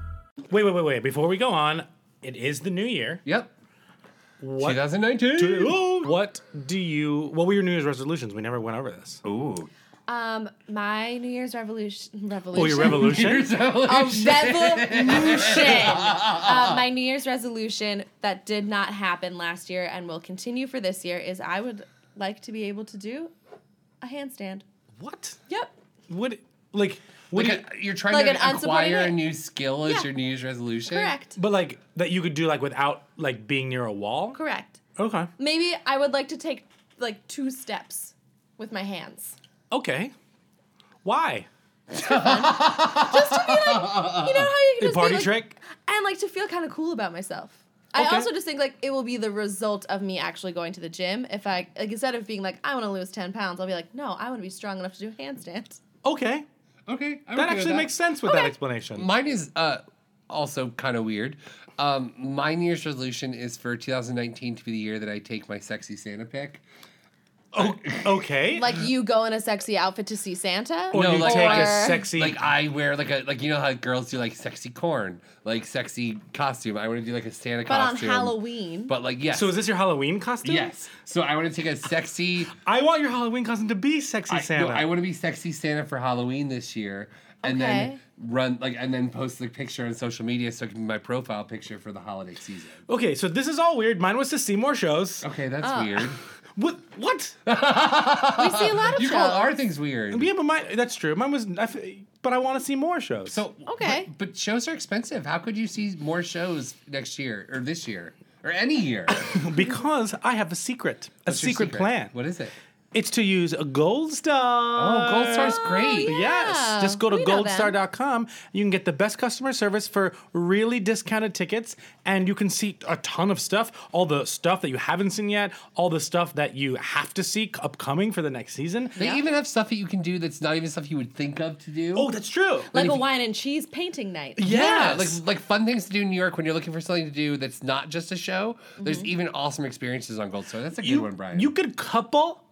S9: Wait, wait, wait, wait. Before we go on, it is the new year.
S8: Yep.
S9: What,
S8: 2019.
S9: Do, oh, what do you? What were your New Year's resolutions? We never went over this.
S8: Ooh.
S7: Um, my New Year's revolution. Revolution.
S9: Oh, your revolution.
S7: A revolution. uh, my New Year's resolution that did not happen last year and will continue for this year is I would like to be able to do a handstand.
S9: What?
S7: Yep.
S9: What? Like.
S8: What like you, are trying
S7: Like
S8: to
S7: an unsupported
S8: acquire a
S7: hit.
S8: new skill as
S7: Yeah.
S8: your New Year's resolution.
S7: Correct.
S9: But like that you could do like without like being near a wall.
S7: Correct.
S9: Okay.
S7: Maybe I would like to take like two steps with my hands.
S9: Okay. Why?
S7: You know how you can
S9: A
S7: just
S9: party
S7: be, like,
S9: trick.
S7: and like to feel kind of cool about myself. I
S9: Okay.
S7: also just think like it will be the result of me actually going to the gym. If I like instead of being like I want to lose ten pounds, I'll be like no, I want to be strong enough to do handstands.
S9: Okay.
S8: Okay. I'm okay
S9: that
S8: with
S9: actually makes sense with that explanation.
S8: Mine is uh, also kind of weird. Um, my New Year's resolution is for 2019 to be the year that I take my sexy Santa pic.
S9: Oh, okay.
S7: Like you go in a sexy outfit to see Santa, Or-
S8: Like I wear like a like you know how girls do like sexy corn, like sexy costume. I want to do like a Santa
S7: but on
S8: costume.
S7: Halloween.
S8: But like yes.
S9: So is this your Halloween costume?
S8: Yes. So I want to take a sexy.
S9: I want your Halloween costume to be sexy Santa.
S8: I, no, I want to be sexy Santa for Halloween this year, and
S9: Okay.
S8: then run like and then post the picture on social media so it can be my profile picture for the holiday season.
S9: Okay, so this is all weird. Mine was to see more shows.
S8: Okay, that's
S7: Uh,
S9: Oh.
S8: weird.
S9: What? What?
S7: we see a lot of
S8: you
S7: shows.
S8: call our things weird.
S9: Yeah, but mine. That's true. Mine was. I f but I want to see more shows.
S8: So
S7: okay,
S8: but, but shows are expensive. How could you see more shows next year or this year or any year?
S9: because I have a secret, a
S8: What's your
S9: secret,
S8: secret?
S9: plan.
S8: What is it?
S9: It's to use a gold star.
S8: Oh, Gold
S7: Uh,
S8: Star's great. Oh, yeah.
S9: Yes. Just go to
S8: We know them.
S9: goldstar.com. You can get the best customer service for really discounted tickets, and you can see a ton of stuff. All the stuff that you haven't seen yet, all the stuff that you have to see upcoming for the next season.
S8: They even have stuff that you can do that's not even stuff you would think of to do.
S9: Oh, that's true.
S7: like a wine and cheese painting night.
S8: Yeah, like like fun things to do in New York when you're looking for something to do that's not just a show. There's even awesome experiences on Gold Star. That's a good one, Brian.
S9: You could couple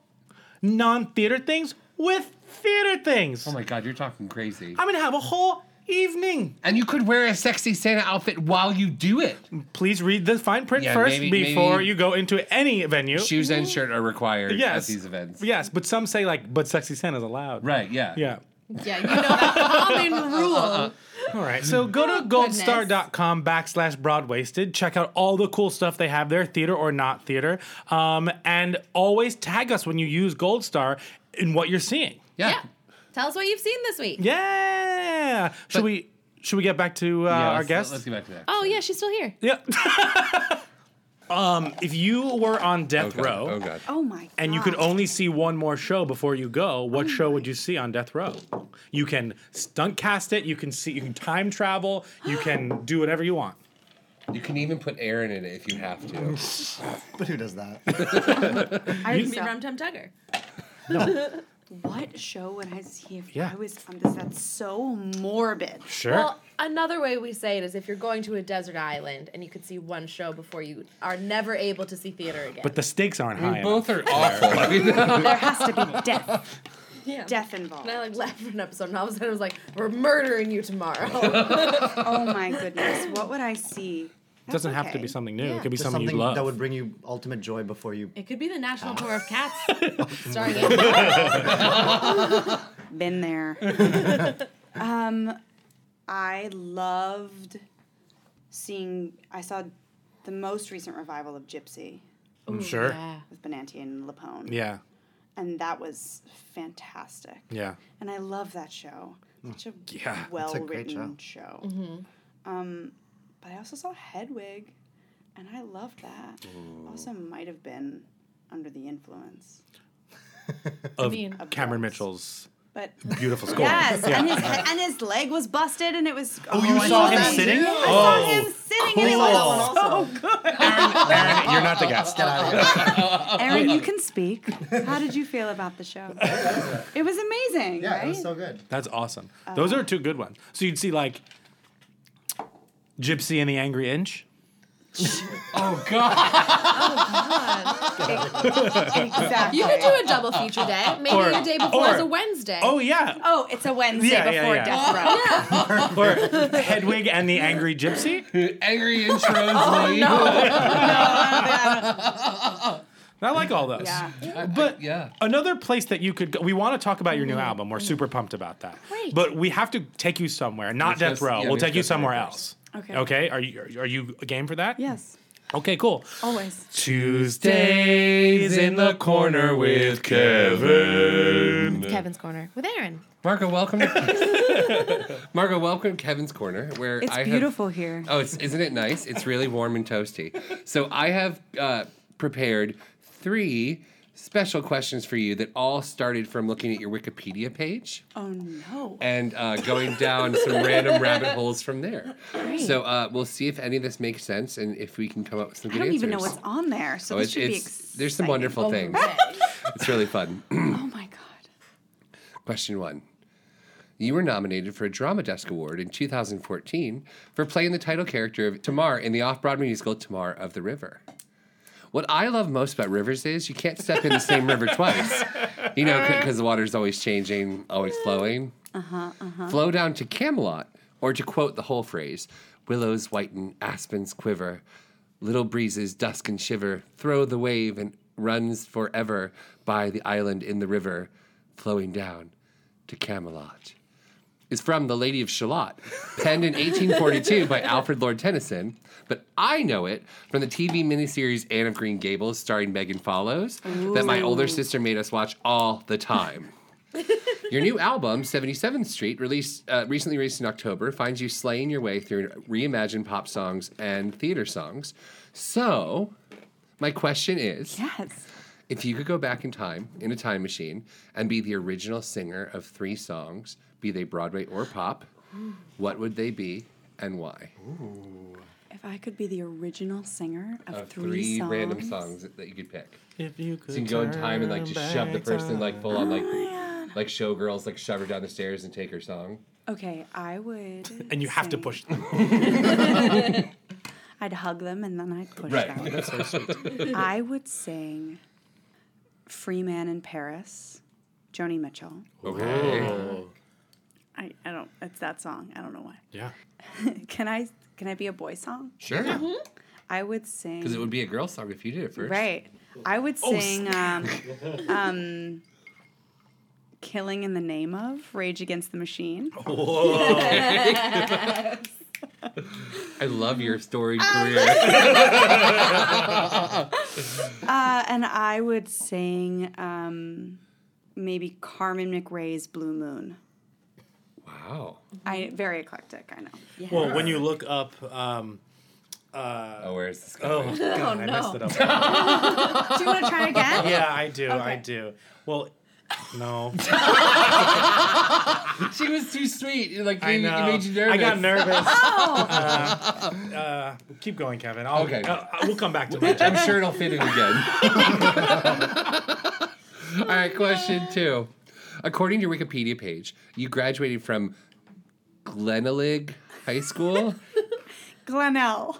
S9: non-theater things with theater things.
S8: oh my God, you're talking crazy.
S9: I'm gonna have a whole evening.
S8: and you could wear a sexy Santa outfit while you do it.
S9: Please read the fine print
S8: Yeah,
S9: first
S8: maybe-
S9: before
S8: maybe-
S9: you go into any venue.
S8: Shoes and shirt are required
S9: Yes.
S8: at these events.
S9: Yes, but some say like, but sexy Santa's allowed.
S8: Right? Yeah.
S9: Yeah.
S7: yeah, you know that common rule.
S9: All right. So go to
S7: goodness.
S9: goldstar.com backslash broadwasted. Check out all the cool stuff they have there, theater or not theater. Um, and always tag us when you use Gold Star in what you're seeing.
S8: Yeah.
S7: Tell us what you've seen this week.
S9: Yeah. Should we should we get back to uh,
S8: Yeah,
S9: our
S8: let's-
S9: guest?
S8: Let's get back to that.
S7: Oh yeah, she's still here.
S9: Yeah. um, if you were on death row,
S10: Oh my
S9: and you could only see one more show before you go, what show would you see on death row? You can stunt cast it. You can see. You can time travel. You can do whatever you want.
S8: You can even put Aaron in it if you have to.
S4: But who does that?
S10: I
S7: You
S10: already
S7: can be
S10: saw-
S7: Rum Tum Tugger.
S10: What show would I see if
S9: Yeah.
S10: I was on this? That's so morbid.
S9: Sure.
S7: Well, another way we say it is if you're going to a desert island and you could see one show before you are never able to see theater again.
S9: But the stakes aren't
S8: I mean,
S9: high.
S8: both
S9: enough.
S8: are awful. I mean-
S10: there has to be death.
S7: yeah.
S10: Death involved.
S7: And I like left for an episode and all of a sudden I was like, we're murdering you tomorrow.
S10: oh my goodness. What would I see?
S9: It doesn't have to be something new. It could be
S4: Just
S9: something,
S4: something
S9: you love.
S4: that would bring you ultimate joy before you.
S7: It could be the National Tour of Cats. Starring
S10: Been there. um, I loved seeing. I saw the most recent revival of Gypsy.
S9: I'm Ooh, sure. yeah.
S10: With Benanti and Lapone.
S9: Yeah,
S10: And that was fantastic.
S9: yeah. Mm.
S10: And I love that show. Such a
S9: Yeah.
S10: well
S9: It's a great
S10: written show.
S9: Mhm.
S10: Um, but I also saw Hedwig, and I loved that. Also, might have been under the influence.
S9: Of
S10: mean- Of
S9: Cameron Mitchell's
S10: But
S9: beautiful score.
S10: Yes,
S9: Yeah.
S10: and his and his leg was busted, and it was.
S9: Oh, you saw him sitting?
S10: I
S9: Oh,
S10: saw him sitting, and it was so good.
S9: Aaron, you're not the guest. Get out of
S10: Aaron, you can speak. How did you feel about the show? It was amazing.
S4: Yeah,
S10: right?
S4: it was so good.
S9: That's awesome. Those are two good ones. So you'd see like Gypsy and the Angry Inch. oh
S7: You could do a double feature day. Maybe
S9: Or-
S7: your day before
S9: or-
S7: is a Wednesday.
S9: oh, yeah.
S10: Oh, it's a Wednesday
S9: Yeah, yeah,
S10: before
S9: yeah.
S10: Death Row.
S9: or Hedwig and the Angry Gypsy.
S8: Angry intros.
S9: Oh,
S8: Lee.
S9: I like all those.
S8: Yeah.
S9: But another place that you could go, we want to talk about your new album. We're super pumped about that. But we have to take you somewhere, not
S8: Let's
S9: Death
S8: go-
S9: Row.
S8: yeah,
S9: we'll
S8: let's
S9: take
S8: go
S9: you
S8: to
S9: somewhere
S8: Death Row.
S9: else.
S10: Okay.
S9: Okay. Are you are you game for that?
S10: Yes.
S9: Okay, cool.
S10: Always.
S9: Tuesdays in the corner with Kevin.
S7: Kevin's Corner with Aaron.
S8: Margo, welcome. Margo, welcome to Kevin's Corner, where
S10: It's
S8: I have-
S10: beautiful here.
S8: Oh, it's, isn't it nice? It's really warm and toasty. So I have uh, prepared three special questions for you that all started from looking at your Wikipedia page
S10: Oh no.
S8: and uh, going down some random rabbit holes from there. So uh, we'll see if any of this makes sense and if we can come up with some
S10: I
S8: good
S10: don't even know
S8: answers.
S10: what's on there, so
S8: Oh,
S10: this
S8: it's-
S10: should be
S8: it's- there's some wonderful
S10: exciting.
S8: things. It's really fun.
S10: oh my god.
S8: Question one. You were nominated for a Drama Desk Award in 2014 for playing the title character of Tamar in the off Broadway musical Tamar of the River. What I love most about rivers is you can't step in the same river twice, you know, because the water's always changing, always flowing.
S10: Uh huh. Uh huh.
S8: Flow down to Camelot, or to quote the whole phrase willows whiten, aspens quiver, little breezes dusk and shiver, throw the wave and runs forever by the island in the river, flowing down to Camelot. Is from The Lady of Shalott, penned in 1842 by Alfred Lord Tennyson, but I know it from the TV miniseries Anne of Green Gables, starring Megan Follows, that my older
S13: Ooh.
S8: sister made us watch all the time. Your new album, 77th Street, released uh, recently released in October, finds you slaying your way through reimagined pop songs and theater songs. So, my question is
S10: Yes.
S8: If you could go back in time in a time machine and be the original singer of three songs, be they Broadway or pop, what would they be and why?
S10: If I could be the original singer of,
S8: Of
S10: three,
S8: three
S10: songs.
S8: random songs that you could pick.
S9: If you could
S8: So you can go in time and like just
S9: turn
S8: shove the
S9: back
S8: person like full on
S9: time.
S8: like like showgirls, like shove her down the stairs and take her song.
S10: Okay, I would.
S9: And you have to push them.
S10: I'd hug them and then I'd push
S9: Right.
S10: them.
S9: That's so sweet.
S10: I would sing "Free Man in Paris," Joni Mitchell.
S8: Okay.
S10: I, I don't. It's that song. I don't know why.
S8: Yeah.
S10: can I can I be a boy song?
S8: Sure. Mhm.
S10: I would sing.
S8: Because it would be a girl song if you did it first.
S10: Right. I would
S8: Oh,
S10: sing um,
S8: snap.
S10: um, Killing in the Name of Rage Against the Machine.
S9: Oh.
S8: Whoa. I love your storied career.
S10: Uh, and I would sing um, maybe Carmen McRae's Blue Moon.
S8: wow.
S10: I very eclectic, I know.
S9: Well, when you look up. Um, uh,
S8: oh, where's this
S9: Oh,
S8: going?
S9: God,
S10: Oh,
S9: I
S10: no.
S9: messed it up.
S10: Do you wanna try again?
S9: Yeah, I do. I
S10: Okay.
S9: do. Well, no.
S8: she was too sweet. You're Like you,
S9: I
S8: you
S9: know.
S8: made you nervous.
S9: I got nervous.
S8: Oh.
S9: Uh, uh, keep going, Kevin. I'll,
S8: Okay.
S9: uh, we'll come back to it.
S8: I'm sure it'll fit in again. All right, question two. According to your Wikipedia page, you graduated from Glenelg High School.
S10: Glenelg.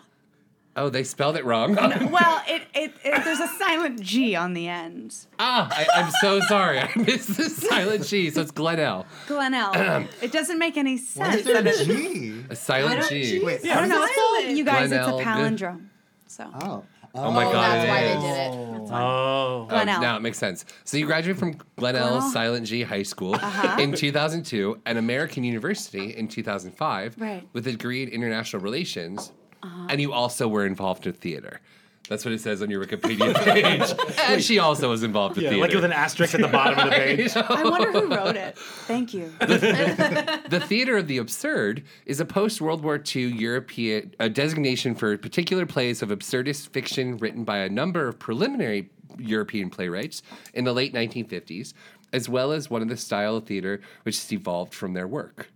S8: Oh, they spelled it wrong.
S10: well, it, it, it there's a silent G on the end.
S8: ah, I, I'm so sorry. I missed the silent G, so it's Glenel.
S10: Glenel. it doesn't make any sense.
S8: is there a
S10: that it-
S4: G?
S8: A silent
S10: I don't-
S8: G.
S10: Wait, I don't know. It's all- you guys, it's a
S8: Glenel, good.
S10: palindrome. So.
S4: Oh.
S8: Oh my
S10: Oh,
S8: god.
S10: that's why
S8: it
S10: they did
S8: is.
S10: it. That's
S8: Oh.
S10: Glenel.
S8: Now it makes sense. So you graduated from Glen L.
S10: Glenel.
S8: Silent G High School
S10: Uh-huh.
S8: in 2002 and American University in 2005
S10: Right.
S8: with a degree in international relations.
S10: Uh-huh.
S8: And you also were involved in theater. That's what it says on your Wikipedia page. and she also was involved in
S9: Yeah,
S8: theater.
S9: like with an asterisk at the bottom of the page.
S10: I wonder who wrote it. Thank you.
S8: The theater of the absurd is a post-World War II European a designation for particular plays of absurdist fiction written by a number of preliminary European playwrights in the late 1950s, as well as one of the style of theater which has evolved from their work.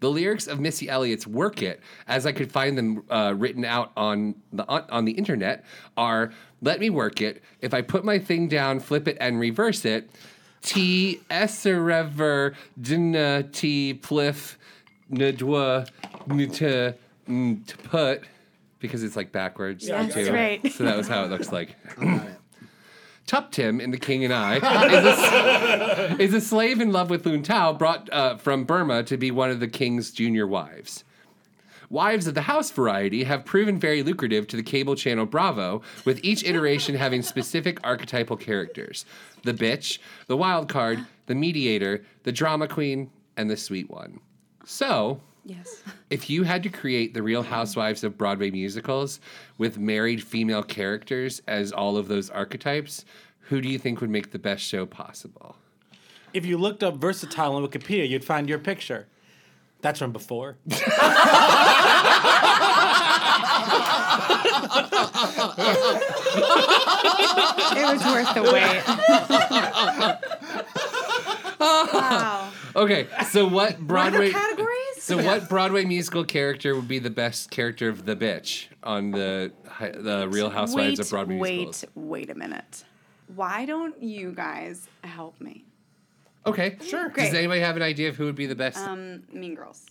S8: The lyrics of Missy Elliott's "Work It," as I could find them uh, written out on the on, on the internet, are "Let me work it. If I put my thing down, flip it and reverse it. T esserever dna t plif ndwa nta put." Because it's like backwards.
S10: Yeah, That's
S8: too.
S10: right.
S8: So that was how it looks like. Tuptim in The King and I is a, is a slave in love with Lun Tao brought uh, from Burma to be one of the king's junior wives. Wives of the House variety have proven very lucrative to the cable channel Bravo, with each iteration having specific archetypal characters the bitch, the wild card, the mediator, the drama queen, and the sweet one. So,
S10: Yes.
S8: if you had to create the Real Housewives of Broadway musicals with married female characters as all of those archetypes, who do you think would make the best show possible?
S9: If you looked up versatile on Wikipedia, you'd find your picture. That's from before.
S10: it was worth the wait. wow.
S8: Okay, so what
S10: What are
S8: Broadway
S10: the categories?
S8: So what Broadway musical character would be the best character of the bitch on the hi- the Real Housewives
S10: wait,
S8: of Broadway
S10: wait,
S8: musicals?
S10: wait a minute. Why don't you guys help me?
S8: Okay, sure.
S10: Great.
S8: Does anybody have an idea of who would be the best?
S10: Um, mean Girls.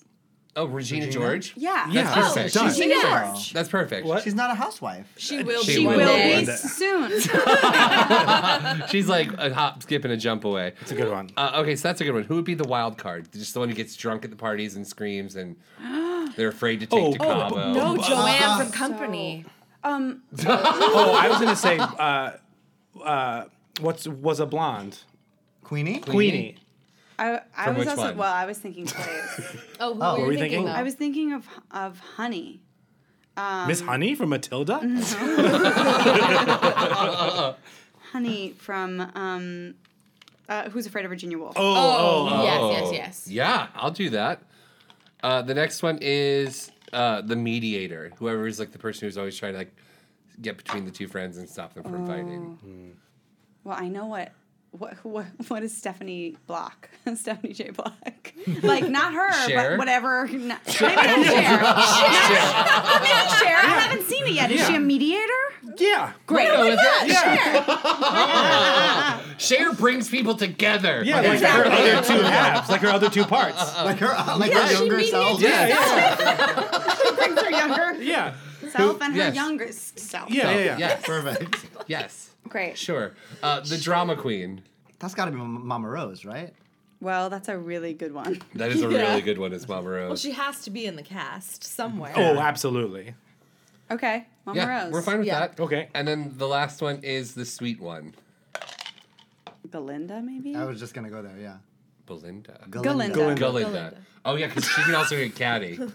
S8: oh, Regina,
S4: Regina?
S8: George.
S10: Yeah.
S8: that's
S4: Yeah.
S8: perfect.
S4: Oh,
S8: She's
S4: Regina
S8: perfect.
S4: George.
S8: That's perfect.
S4: She's not a housewife.
S7: She will
S8: She
S7: be.
S8: will
S7: one
S8: be.
S7: day.
S8: One
S10: Be
S8: day.
S10: soon.
S8: She's like a hop, skip, and a jump away. It's
S9: a good one.
S8: Uh, okay, so that's a good one. Who would be the wild card? Just the one who gets drunk at the parties and screams, and they're afraid to take
S9: Oh,
S8: to
S9: oh,
S8: Cabo.
S7: No, Joanne from Company.
S10: um,
S9: oh, I was gonna say, uh, uh, what's was a blonde?
S4: Queenie?
S9: Queenie.
S10: I, I
S9: From
S10: was
S9: which
S10: also
S9: one?
S10: well. I was thinking plays.
S7: Oh, who
S9: Oh.
S7: were
S9: Were
S7: you
S9: we
S7: thinking
S9: thinking-
S7: of?
S10: I was thinking of of Honey. Um,
S9: Miss Honey from Matilda.
S10: Mm-hmm. Honey from um, uh, Who's Afraid of Virginia Woolf?
S7: Oh, yes, yes, yes.
S8: Yeah, I'll do that. Uh, the next one is uh, the mediator. Whoever is like the person who's always trying to like get between the two friends and stop them from fighting.
S10: Well, I know what. What, what what is Stephanie Block? Stephanie J. Block. Like not her,
S8: Cher?
S10: but whatever. Not, maybe not Cher. Cher. Not Cher. I haven't seen it yet. Is she a mediator?
S9: Yeah.
S10: Great.
S8: Go with that.
S10: Cher.
S8: Cher brings people together.
S9: Yeah, like her other two halves, like her other two parts.
S4: Like her, like
S10: Yeah,
S4: her
S10: she
S4: younger
S10: mediated
S4: self.
S10: it.
S9: Uh, Yeah, yeah,
S10: brings her younger
S9: yeah,
S10: self and her
S8: yes.
S10: youngest self.
S9: yeah, yeah, yeah.
S8: Yes.
S4: Perfect.
S8: Yes.
S10: Great.
S8: Sure. Uh, the drama queen.
S4: That's got to be M- Mama Rose, right?
S10: Well, that's a really good one.
S8: That is a really good one as well, Rose.
S7: Well, she has to be in the cast somewhere.
S9: Oh, absolutely.
S10: Okay, Mama
S8: yeah,
S10: Rose.
S8: we're fine with
S7: Yeah.
S8: that.
S9: Okay.
S8: And then the last one is the sweet one,
S10: Galinda, maybe.
S4: I was just gonna go there. Yeah.
S8: Belinda.
S10: Galinda.
S8: Galinda. Oh yeah, because she can also get catty.
S9: Are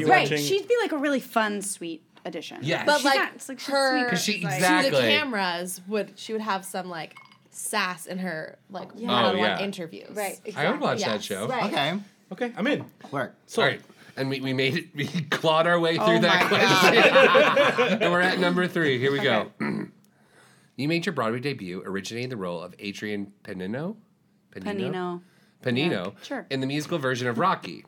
S9: you
S10: Right,
S9: watching-
S10: she'd be like a really fun, sweet addition.
S8: Yes.
S7: But
S10: She's
S7: like
S10: not- it's she's
S7: her-
S10: sweet,
S7: 'Cause
S8: she-
S10: she's, like-
S8: exact-
S7: To the
S8: Exactly.
S7: cameras would she would have some like sass in her like
S10: Yeah.
S7: one on
S8: Oh,
S7: one
S8: yeah.
S7: interviews.
S10: Right. Exactly.
S8: I would watch that
S7: Yes,
S8: show.
S7: right.
S4: Okay.
S9: Okay, I'm in.
S4: Work.
S8: All right. And we, we made it, we clawed our way through
S10: Oh
S8: that
S10: my
S8: question. and we're at number three. Here we go. you made your Broadway debut originating the role of Adrian Panino?
S10: Panino.
S8: Panino
S10: Yeah, sure.
S8: in the musical version of Rocky.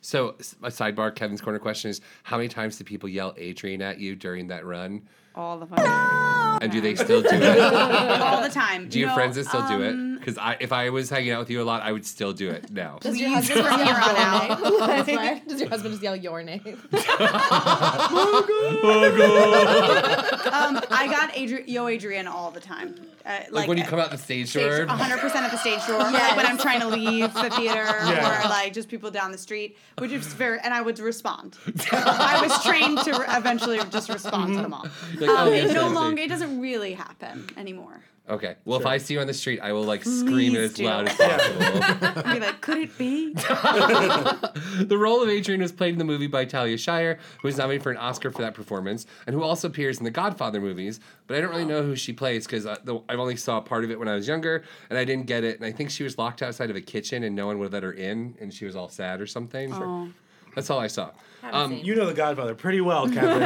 S8: So, s- a sidebar Kevin's Corner question is how many times did people yell Adrian at you during that run?
S10: All the fun.
S8: And do they still do it?
S10: All the time.
S8: Do your
S10: No,
S8: friends that still do it?
S10: um,
S8: Because because I, if I was hanging out with you a lot, I would still do it now.
S7: Does your husband just yell your name? Like, Does your husband just yell your name?
S10: um, I got Adri- Yo Adrian all the time. Uh, like,
S8: Like, when you come out the stage door.
S10: 100% at the stage door
S11: Yes.
S10: like when I'm trying to leave the theater
S8: Yeah.
S10: or like just people down the street, which is very, and I would respond. I was trained to re- eventually just respond to them all.
S8: Like,
S10: um,
S8: oh, yes,
S10: it no
S8: yes,
S10: longer,
S8: yes.
S10: it doesn't really happen anymore.
S8: Okay. Well, if I see you on the street, I will like scream
S10: Please
S8: it as
S10: do.
S8: loud as possible.
S10: I'd be like, could it be?
S8: the role of Adrian was played in the movie by Talia Shire, who was nominated for an Oscar for that performance, and who also appears in the Godfather movies. But I don't really know who she plays because I only saw part of it when I was younger, and I didn't get it. And I think she was locked outside of a kitchen, and no one would let her in, and she was all sad or something.
S9: Oh.
S8: That's all I saw.
S9: you know The Godfather pretty well, Kevin.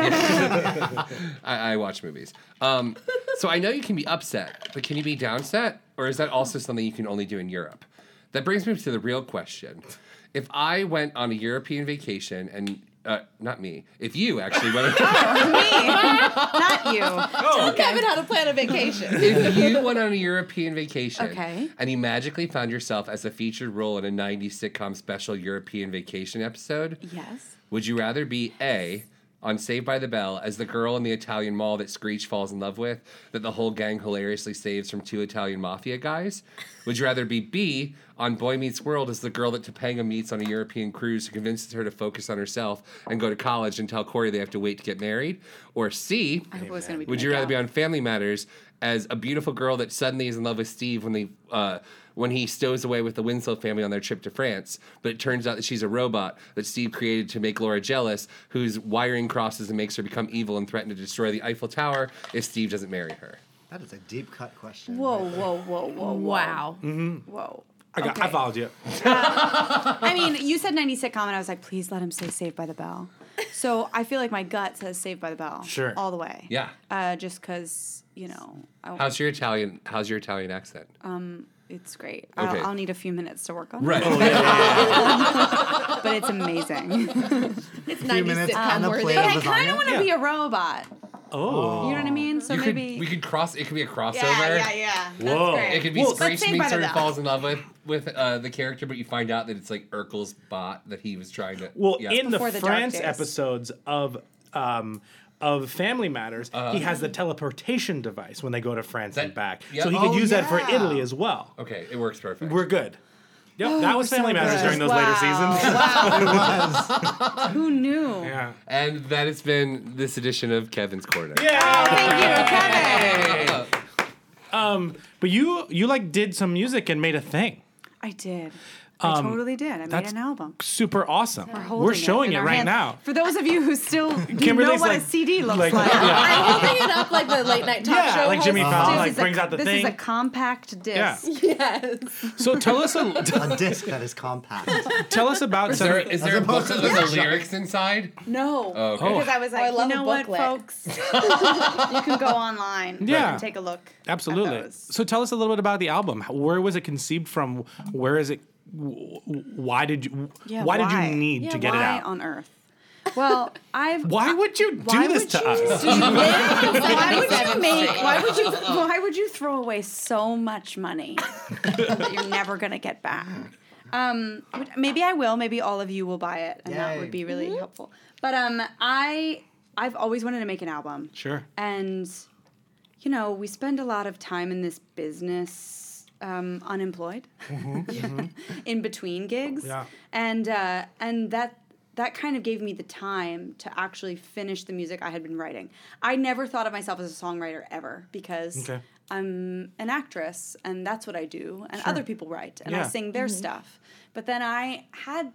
S8: I, I watch movies. Um, so I know you can be upset, but can you be downset? Or is that also something you can only do in Europe? That brings me to the real question. If I went on a European vacation and uh, not me. If you actually went,
S10: Not you.
S7: Tell Kevin how to plan a vacation.
S8: if you went on a European vacation,
S7: Okay.
S8: and you magically found yourself as a featured role in a '90s sitcom special European vacation episode,
S10: Yes.
S8: Would you rather be A, on Saved by the Bell as the girl in the Italian mall that Screech falls in love with, that the whole gang hilariously saves from two Italian mafia guys? Would you rather be B, on Boy Meets World as the girl that Topanga meets on a European cruise who convinces her to focus on herself and go to college and tell Corey they have to wait to get married? Or C,
S10: I hope it was gonna be
S8: would you rather be on Family Matters as a beautiful girl that suddenly is in love with Steve when they uh, when he stows away with the Winslow family on their trip to France? But it turns out that she's a robot that Steve created to make Laura jealous, whose wiring crosses and makes her become evil and threaten to destroy the Eiffel Tower if Steve doesn't marry her.
S4: That is a deep cut question.
S10: Whoa, whoa, whoa, whoa, whoa.
S7: Wow.
S8: Mm-hmm.
S9: Mhm.
S10: Whoa.
S9: I, got, I followed you. Oh,
S10: I mean, you said 90 sitcom, and I was like, please let him say Saved by the Bell. So I feel like my gut says Saved by the Bell.
S8: Sure.
S10: All the way.
S8: Yeah.
S10: Uh, just because, you know, I,
S8: How's your Italian? How's your Italian accent?
S10: um, it's great.
S8: Okay.
S10: I'll, I'll need a few minutes to work on
S8: Right.
S10: it.
S8: Oh, yeah,
S10: but it's amazing.
S7: it's
S4: Few minutes and a plate
S10: But
S4: of
S10: I kind
S4: lasagna?
S10: of want to be a robot.
S8: Oh,
S10: You know what I mean? So
S8: You could-
S10: maybe.
S8: we could cross. It could be a crossover.
S10: yeah, yeah. That's Whoa. great.
S8: It could be
S10: Well,
S8: Screech
S10: let's say by
S8: meets her
S10: the bell.
S8: and falls in love with with uh, the character, but you find out that it's like Urkel's bot that he was trying to.
S9: Well,
S8: yeah.
S9: in the, France episodes of um, of Family Matters,
S8: Uh-huh.
S9: he has the teleportation device when they go to France and back,
S8: yeah.
S9: so he could
S8: Oh,
S9: use that for
S8: yeah.
S9: Italy as well.
S8: Okay, it works perfect.
S9: We're good. Yep,
S8: Oh,
S9: that was
S8: we're
S9: Family
S8: so
S9: Matters
S8: good.
S9: during those later seasons.
S10: Who knew?
S9: Yeah.
S8: And that has been this edition of Kevin's Corner.
S9: Thank you, Kevin. Um, but you you like did some music and made a thing.
S10: I did. I
S9: Um,
S10: totally did. I made
S9: that's
S10: an album.
S9: Super awesome.
S10: We're
S9: We're,
S10: holding
S9: showing
S10: in
S9: it,
S10: our
S9: right
S10: hands.
S9: now.
S10: For those of you who still you know
S9: Kimberly's
S10: what a
S9: like-
S10: CD looks
S9: like-
S10: like,
S9: Yeah.
S7: I'm holding it up like the late night talk
S9: Yeah,
S7: show.
S9: like Jimmy
S7: host
S9: Fallon,
S7: do.
S9: like,
S7: This is a-
S9: brings out the
S10: this
S9: thing.
S10: is a compact disc.
S7: Yes.
S9: So tell us a,
S4: a disc that is compact.
S9: Tell us about
S8: Is
S9: some-
S8: there, is there a book with the lyrics inside?
S10: No,
S8: Oh, okay.
S10: because I was
S7: Oh,
S10: like,
S7: I love
S10: you
S7: a
S10: know what,
S7: booklet.
S10: folks, you can go online.
S9: Yeah.
S10: and take a look.
S9: Absolutely. So tell us a little bit about the album. How- Where was it conceived from? Where is it? w- w- Why did you?
S10: Yeah,
S9: why, did you need
S10: Yeah,
S9: to get
S10: why
S9: it out?
S10: on earth? Well, I've.
S9: Why would you do
S10: Why
S9: this
S10: would
S9: to
S10: you
S9: us?
S10: do this? why would you
S7: 77th
S10: make?
S7: Street.
S10: Why would you? Why would you throw away so much money that you're never gonna get back? Um, which- maybe I will. Maybe all of you will buy it, and that
S4: Yay.
S10: would be really helpful. But um, I I've always wanted to make an album.
S9: Sure.
S10: And, you know, we spend a lot of time in this business um, unemployed in between gigs.
S9: Mm-hmm. Yeah.
S10: And, uh, and that, that kind of gave me the time to actually finish the music I had been writing. I never thought of myself as a songwriter ever because
S9: Okay.
S10: I'm an actress and that's what I do, and
S9: Sure.
S10: other people write and I
S9: Yeah.
S10: sing their
S9: Mhm.
S10: stuff. But then I had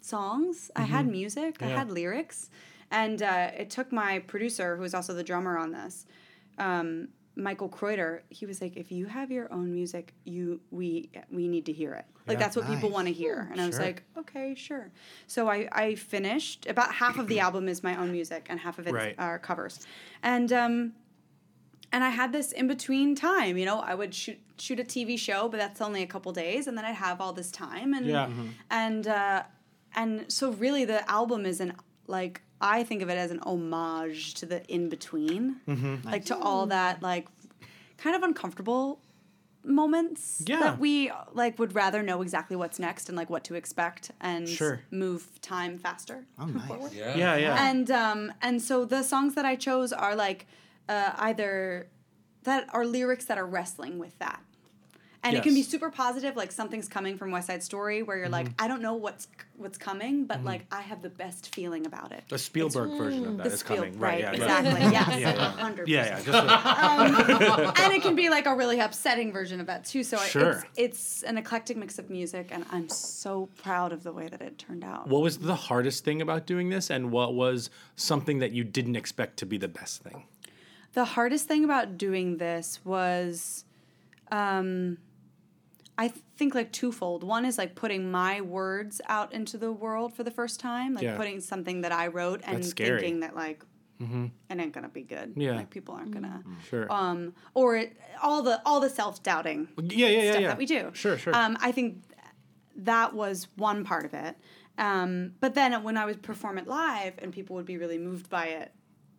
S10: songs, I had music, I
S9: Mm-hmm. Yeah.
S10: had lyrics, and uh, it took my producer, who was also the drummer on this, um, Michael Kreuter. He was like, "If you have your own music, you we we need to hear it. Like
S9: Yeah.
S10: that's what people
S9: Nice.
S10: want to hear." And I was
S9: Sure.
S10: like, "Okay, sure." So I I finished about half of the album is my own music, and half of it
S9: Right.
S10: are covers, and um and I had this in between time. You know, I would shoot shoot a TV show, but that's only a couple days, and then I'd have all this time, and
S9: Yeah. Mhm.
S10: and uh, and so really the album is an like I think of it as an homage to the in between,
S9: Mhm.
S10: like to all that like kind of uncomfortable moments
S9: Yeah.
S10: that we like would rather know exactly what's next and like what to expect and
S9: Sure.
S10: move time faster.
S4: Oh, nice.
S9: Yeah. Yeah, yeah.
S10: And um and so the songs that I chose are like uh, either that are lyrics that are wrestling with that. And it can be
S9: Yes.
S10: super positive, like something's coming from West Side Story, where you're
S9: Mhm.
S10: like, I don't know what's what's coming, but
S9: Mhm.
S10: like I have the best feeling about it.
S9: The Spielberg version of
S10: The
S9: that is
S10: Spiel-
S9: coming, right?
S10: right,
S9: yeah,
S10: exactly, yes,
S9: yeah, yeah.
S10: 100%.
S9: yeah, yeah. Just
S10: Um, and it can be like a really upsetting version of that too. So I
S9: Sure.
S10: it's, it's an eclectic mix of music, and I'm so proud of the way that it turned out.
S9: what was the hardest thing about doing this, and what was something that you didn't expect to be the best thing?
S10: The hardest thing about doing this was, um, I think like twofold. One is like putting my words out into the world for the first time, like
S9: Yeah.
S10: putting something that I wrote and
S9: That's scary.
S10: thinking that like
S9: Mm-hmm.
S10: it ain't gonna be good.
S9: Yeah. Mm-hmm.
S10: like people aren't gonna.
S9: Sure.
S10: Um, or it, all the all the self doubting.
S9: Yeah, yeah, yeah,
S10: Stuff
S9: yeah.
S10: that we do.
S9: Sure, sure.
S10: Um, I think that was one part of it. Um, but then when I would perform it live and people would be really moved by it,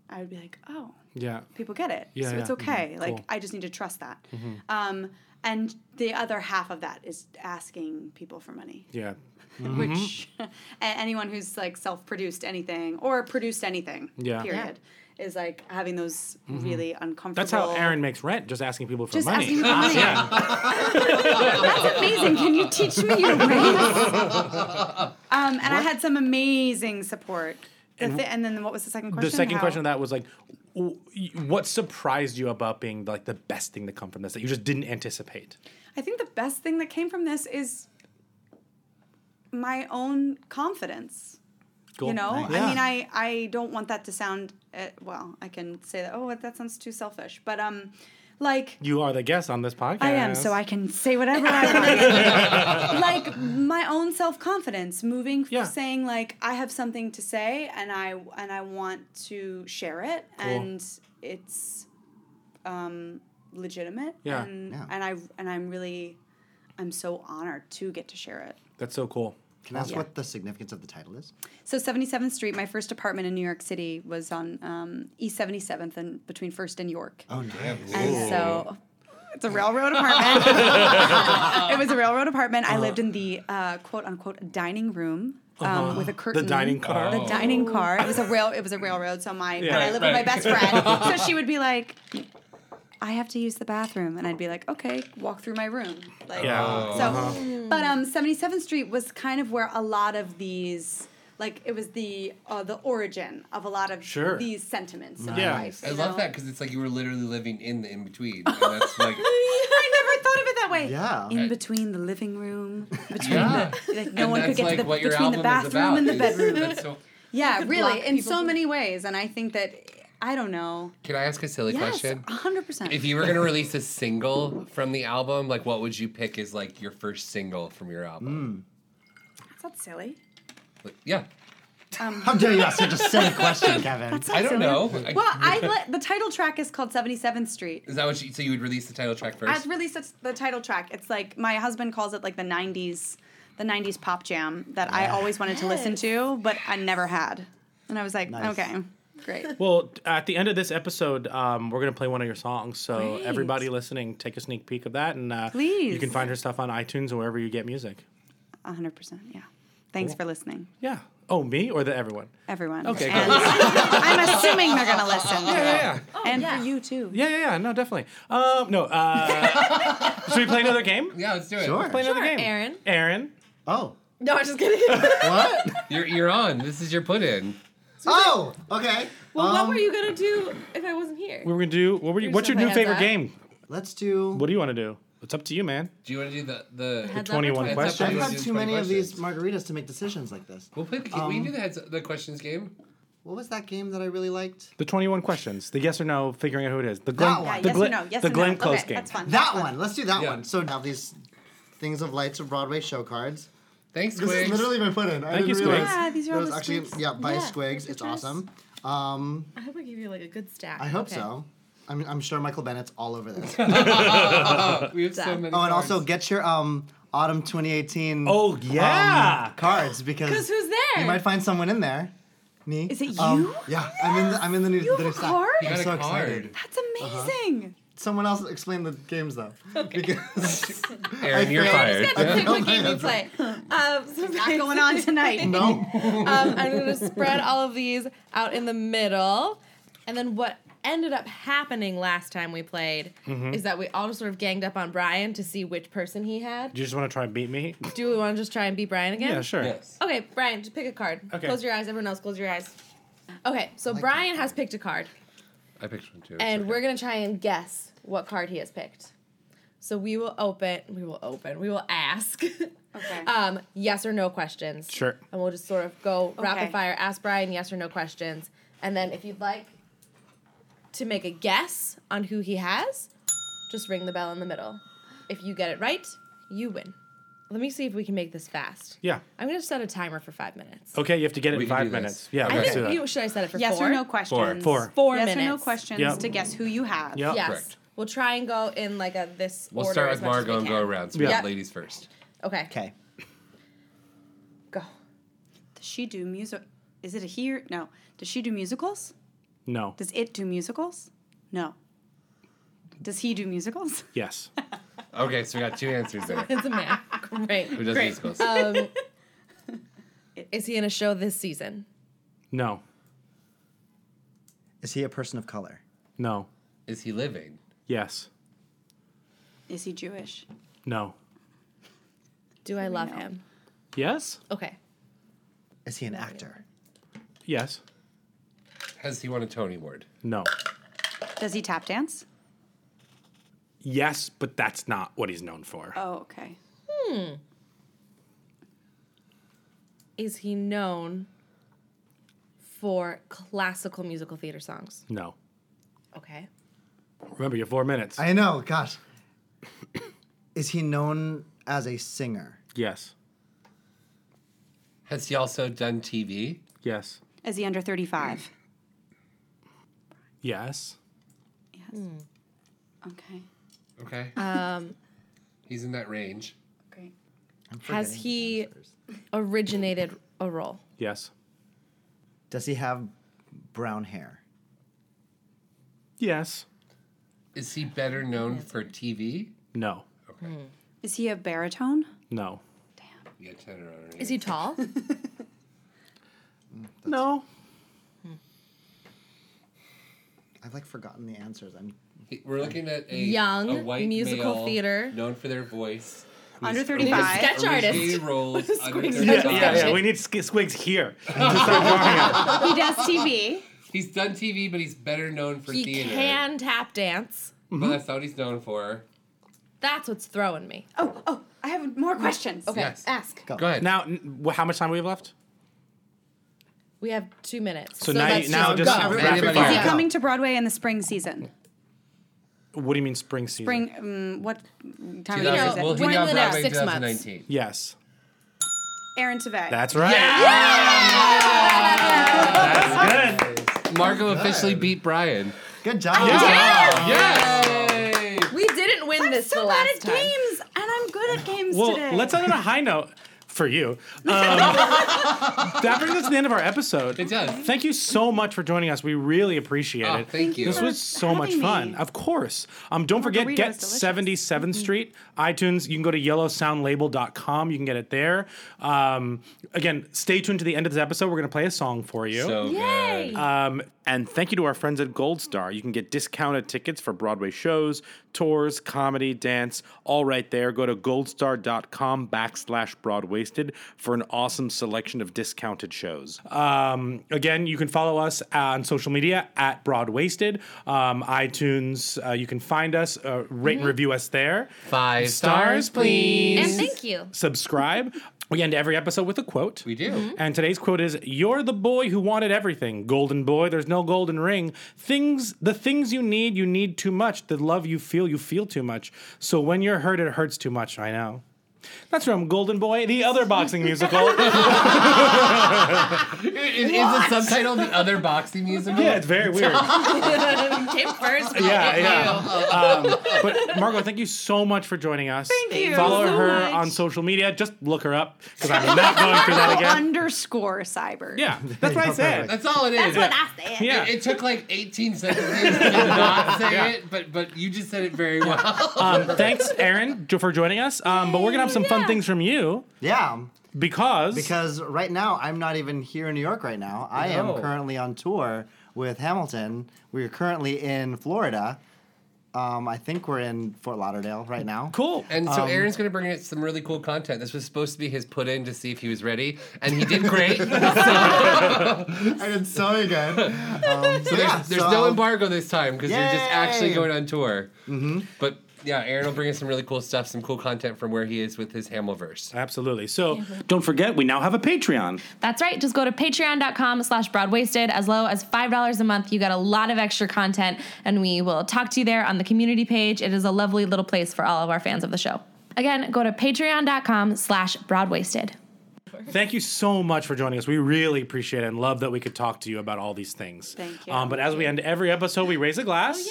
S10: I would be like, oh,
S9: yeah.
S10: people get it.
S9: Yeah,
S10: so it's
S9: yeah.
S10: okay.
S9: Mhm.
S10: Like
S9: Cool.
S10: I just need to trust that.
S9: Mhm.
S10: Um, and the other half of that is asking people for money.
S9: Yeah. Mm-hmm.
S10: Which a- anyone who's like self-produced anything or produced anything,
S9: Yeah. Yeah.
S10: period, is like having those
S9: Mhm.
S10: really uncomfortable.
S9: That's how Aaron makes rent, just asking people for
S10: Just
S9: money. Ah,
S10: asking for money. That's amazing. Can you teach me your ways? Um, and I had some amazing support. The
S9: And-
S10: thi- and then what was the second question?
S9: The second
S10: How-
S9: question of that was like, w- y- what surprised you about being like the best thing to come from this that you just didn't anticipate?
S10: I think the best thing that came from this is my own confidence.
S9: Cool.
S10: You know,
S9: Nice.
S10: I mean,
S9: Yeah.
S10: I I don't want that to sound uh, well. I can say that. Oh, that sounds too selfish. But um, like
S9: You are the guest on this podcast.
S10: I am, so I can say whatever I want. like my own self confidence, moving, f- saying like I have something to say, and I and I want to share it,
S9: Cool.
S10: and it's um, legitimate.
S9: Yeah.
S10: And,
S9: Yeah.
S10: and I and I'm really, I'm so honored to get to share it.
S9: That's so cool.
S4: Can I ask
S10: Yeah.
S4: what the significance of the title is?
S10: So 77th Street, my first apartment in New York City was on um, East 77th and between First and York.
S4: Oh, nice.
S10: And so it's a railroad apartment. it was a railroad apartment. I lived in the uh, quote unquote dining room. Um,
S9: Uh-huh.
S10: With a
S9: The
S10: curtain,
S9: dining car. Oh.
S10: the dining car. It was a rail. It was a railroad. So my,
S9: Yeah.
S10: and I lived with my
S9: Right, right.
S10: best friend. So she would be like, "I have to use the bathroom," and I'd be like, "Okay, walk through my room." Like,
S9: Yeah.
S10: So,
S9: Uh-huh.
S10: but um, Seventy Seventh Street was kind of where a lot of these, like, it was the uh, the origin of a lot of
S8: Sure.
S10: these sentiments. in
S8: Yeah.
S10: our life,
S8: I
S10: you
S8: love
S10: know?
S8: that because it's like you were literally living in the in between. And that's like,
S10: I never thought of it that way.
S8: Yeah.
S10: In between the living room, between
S8: Yeah.
S10: the like no
S8: And
S10: one could
S8: that's
S10: get
S8: like
S10: to the
S8: what your
S10: between the
S8: album is
S10: bathroom and the
S8: about, is-
S10: bedroom.
S8: that's so-
S10: yeah,
S11: could
S10: really,
S11: block
S10: in so many ways, and I think that I don't know.
S8: can I ask a silly
S10: yes,
S8: question?
S10: hundred percent.
S8: If you were gonna release a single from the album, like what would you pick as like your first single from your album?
S10: that's not silly. Hmm.
S8: Like, yeah,
S10: Um,
S8: How dare you ask such a silly question, Kevin?
S10: That's not
S8: I don't
S10: silly.
S8: know.
S10: Well, I let, the title track is called Seventy Seventh Street.
S8: is that what you, so you would release the title track first?
S10: I've released it's the title track. It's like my husband calls it like the '90s, the '90s pop jam that I always wanted to listen to, but I never had. And I was like,
S9: Nice.
S10: okay, great.
S9: Well, t- at the end of this episode, um, we're going to play one of your songs. So,
S10: Great.
S9: everybody listening, take a sneak peek of that. And uh,
S10: Please.
S9: you can find her stuff on iTunes or wherever you get music.
S10: A hundred percent. Yeah. Thanks
S9: Cool.
S10: for listening,
S9: Yeah. Oh, me or the everyone?
S10: everyone.
S9: Okay,
S10: And
S9: cool.
S10: I'm assuming they're gonna listen.
S9: Yeah, yeah, yeah.
S10: and for you too.
S9: Yeah, yeah, yeah. No, definitely. Um, no. Uh, should we play another game?
S8: Yeah, let's do it.
S9: Let's play another game.
S7: Aaron.
S9: Aaron.
S4: Oh.
S7: No, I'm just kidding.
S4: what?
S8: You're, you're on. This is your put in.
S4: Oh, okay.
S7: Well,
S4: Um,
S7: what were you gonna do if I wasn't here?
S9: We were gonna do. What were you?
S7: You're
S9: What's
S7: just
S9: your
S7: gonna
S9: new
S7: play
S9: favorite
S7: Heads
S9: game?
S4: Let's do.
S9: What do you want to do? It's up to you, man.
S8: Do you want to do the the,
S7: Heads up or
S9: 21
S8: heads up or
S9: questions?
S8: do
S4: I've had
S8: the
S4: too
S8: 20
S4: many of
S8: questions?
S4: these margaritas to make decisions like this.
S8: We'll play the, game.
S4: Um,
S8: we can do the heads the questions game.
S4: What was that game that I really liked?
S9: The 21 questions. The yes or no, figuring out who it is. The Glenn,
S4: That one.
S9: The Glenn, the Glenn Close game.
S4: That one. Let's do that one. So now these things of lights of Broadway show cards.
S8: Thanks,
S4: This
S8: Squigs.
S4: has literally been put in. I
S9: Thank
S4: didn't
S9: you, Squigs.
S4: realize
S7: Yeah, these are
S4: there
S7: all
S4: was
S7: the
S4: actually
S7: Squigs.
S4: yeah by
S7: Yeah,
S4: Squigs.
S7: good choice.
S4: It's awesome. Um,
S7: I hope I give you like a good stack.
S4: I hope
S7: Okay.
S4: so. I'm, I'm sure Michael Bennett's all over this.
S8: Uh-huh. we have so many.
S4: Oh, and
S8: cards.
S4: also get your um autumn 2018.
S9: Oh yeah.
S4: cards because
S7: 'Cause who's there?
S4: You might find someone in there. Me. Is
S10: it
S4: you? yeah, I'm in. The, I'm in the new. You have the new a
S10: card?
S8: You
S4: I'm
S8: got a
S4: so
S8: card.
S4: excited.
S10: That's amazing.
S4: someone else explain the games though. Because
S8: Aaron,
S4: I
S8: you're
S4: failed.
S8: fired.
S4: I
S7: Quick, quick
S4: failed my
S7: game we
S4: answer.
S7: play. Um, so
S10: Not going on tonight.
S4: No.
S7: um, I'm going to spread all of these out in the middle. And then what ended up happening last time we played
S9: Mhm.
S7: is that we all just sort of ganged up on Brian to see which person he had.
S9: Do you just want to try and beat me?
S7: Do we want to just try and beat Brian again?
S9: Yeah, sure. Yes.
S7: Okay, Brian, just pick a card.
S9: Okay.
S7: Close your eyes. Everyone else, close your eyes. Okay, so Brian has picked a card.
S8: I picked one too.
S7: and we're gonna try and guess what card he has picked. So we will open, we will open, we will ask.
S10: Uh,
S7: um, yes or no questions.
S9: Sure.
S7: And we'll just sort of go rapid
S10: Okay.
S7: fire, ask Brian yes or no questions, and then if you'd like to make a guess on who he has, just ring the bell in the middle. If you get it right, you win. Let me see if we can make this fast.
S9: Yeah.
S7: I'm gonna set a timer for five minutes.
S9: Okay, you have to get it
S8: We
S9: in
S8: can
S9: five
S8: do this.
S9: minutes. Yeah,
S7: I
S9: let's do
S7: think
S9: that.
S7: you should I set it for
S10: Yes
S7: four?
S10: or no questions.
S9: Four.
S7: Four
S10: yes or no
S7: minutes.
S10: questions
S9: Yep.
S10: to guess who you have.
S9: Yep.
S7: Yes.
S8: Oh, Correct.
S7: We'll try and go in like a this
S8: We'll
S7: order.
S8: start
S7: as
S8: with
S7: much as we
S8: Margot and go
S7: can.
S8: around. So we have
S7: Yep.
S8: ladies first.
S7: Okay.
S4: Okay.
S7: Go.
S10: Does she do music? Is it a he? Or- no. Does she do musicals?
S9: No.
S10: Does it do musicals? No. Does he do musicals?
S9: Yes.
S8: Okay, so we got two answers there.
S7: It's a man. Great.
S8: Who does
S7: Great.
S8: musicals?
S7: Um, is he in a show this season?
S9: No.
S4: Is he a person of color?
S9: No.
S8: Is he living?
S9: Yes.
S10: Is he Jewish?
S9: No.
S7: Do I love him?
S9: Yes.
S7: Okay.
S4: Is he an actor?
S9: Yes.
S8: Has he won a Tony Award?
S9: No.
S10: Does he tap dance?
S9: Yes, but that's not what he's known for.
S10: Oh, okay.
S7: Hmm. Is he known for classical musical theater songs?
S9: No.
S7: Okay.
S9: Remember your four minutes.
S4: I know, gosh. Is he known as a singer?
S9: Yes.
S8: Has he also done TV?
S9: Yes.
S10: Is he under 35?
S9: Yes.
S10: Yes. Okay.
S8: Okay.
S7: Um,
S8: He's in that range.
S10: Great.
S7: has he originated a role?
S9: Yes.
S4: Does he have brown hair?
S9: Yes.
S8: Is he better known for TV?
S9: No.
S8: Okay.
S10: Is he a baritone?
S9: No.
S8: Yeah, turn it around.
S7: Is he tall?
S9: No.
S4: I've like forgotten the answers. I'm
S8: He- We're looking at a
S7: Young
S8: a white
S7: musical
S8: male
S7: theater.
S8: known for their voice.
S10: Under
S8: who's
S10: 35.
S7: Sketch
S8: originated
S7: artist.
S8: roles under
S7: Squigs.
S8: 35.
S9: Yeah, yeah, yeah. We need sk- squigs here. to start drawing out.
S10: He does TV.
S8: He's done TV, but he's better known for
S7: he
S8: theater.
S7: can tap dance.
S8: But that's not what he's known for.
S7: That's what's throwing me.
S10: Oh, oh, I have more questions.
S7: Okay,
S8: Yes.
S7: ask.
S8: Go ahead.
S9: Now, n- wh- how much time we have left?
S7: We have two minutes.
S9: So now you-
S7: that's
S9: now just
S7: go.
S9: rapid
S8: Anybody
S9: fire.
S10: Is he
S8: Yeah.
S10: coming to Broadway in the spring season?
S9: What do you mean spring season?
S10: Spring, um, what time of
S8: 2000
S10: year is it?
S8: well, he
S7: We're
S8: got
S7: in the
S8: Broadway
S7: next six months.
S8: 2019.
S9: Yes.
S10: Aaron Tveit.
S9: That's right. That's good.
S8: Marco officially beat Brian.
S4: Good job.
S8: Oh, Yes!
S7: We didn't win
S10: I'm
S7: this the
S10: so bad
S7: last
S10: at
S7: time.
S10: games, and I'm good at games
S9: Well,
S10: today.
S9: let's end on a high note for you. Um, that brings us to the end of our episode.
S8: It does.
S9: Thank you so much for joining us. We really appreciate
S8: Oh,
S9: it.
S8: thank you.
S9: This was so much
S10: having
S9: fun.
S10: me.
S9: Of course. Um, don't forget,
S10: burrito
S9: get
S10: is delicious. Mm-hmm.
S9: 77th Street, iTunes. You can go to yellowsoundlabel.com. You can get it there. Um, again, stay tuned to the end of this episode. We're going to play a song for you.
S8: So
S7: Yay!
S8: good.
S9: Um, and thank you to our friends at Gold Star. You can get discounted tickets for Broadway shows, tours, comedy, dance, all right there. Go to goldstar.com backslash broadwasted for an awesome selection of discounted shows. Um, again, you can follow us on social media at broadwasted, um, iTunes. Uh, you can find us, uh, rate and review us there.
S8: Mm-hmm. Five stars, please.
S7: And thank you.
S9: Subscribe. We end every episode with a quote.
S8: We do.
S9: And today's quote is You're the boy who wanted everything. Golden boy, there's no golden ring. Things, the things you need, you need too much. The love you feel, you feel too much. So when you're hurt, it hurts too much. I know. That's from Golden Boy, the other boxing musical.
S8: Is, is it subtitled the other boxing musical?
S9: Yeah, it's very weird.
S7: Came first.
S9: yeah, yeah. Um, but Margot, thank you so much for joining us.
S14: Thank you
S9: Follow
S14: so
S9: her
S14: much.
S9: on social media. Just look her up because I'm not going through that again.
S14: Underscore cyber.
S9: Yeah, that's what I said.
S8: That's all it is.
S14: That's what I said.
S9: Yeah.
S8: It, it took like 18 sentences to not say
S9: Yeah.
S8: it, but but you just said it very well.
S9: Um, thanks, Aaron, jo- for joining us. Um, but we're gonna have some fun things from you.
S4: Yeah.
S9: Because
S4: Because right now I'm not even here in New York right now. I
S8: No.
S4: am currently on tour with Hamilton. We're currently in Florida. Um, I think we're in Fort Lauderdale right now.
S9: Cool.
S8: And so
S4: Um,
S8: Aaron's going to bring in some really cool content. This was supposed to be his put in to see if he was ready, and he did great.
S4: I did so good. Um, so
S8: So there's
S4: yeah,
S8: there's
S4: so
S8: no
S4: I'll-
S8: embargo this time because you're just actually
S4: Yay!
S8: going on tour. Mm-hmm. But yeah, Aaron will bring us some really cool stuff, some cool content from where he is with his Hamilverse.
S9: Absolutely. So don't forget, we now have a Patreon.
S7: That's right. Just go to patreon.com slash broadwasted. As low as $5 a month, you get a lot of extra content, and we will talk to you there on the community page. It is a lovely little place for all of our fans of the show. Again, go to patreon.com slash broadwasted.
S9: Thank you so much for joining us. We really appreciate it and love that we could talk to you about all these things.
S14: Thank
S9: you. Oh, Um, but as we end every episode, we raise a glass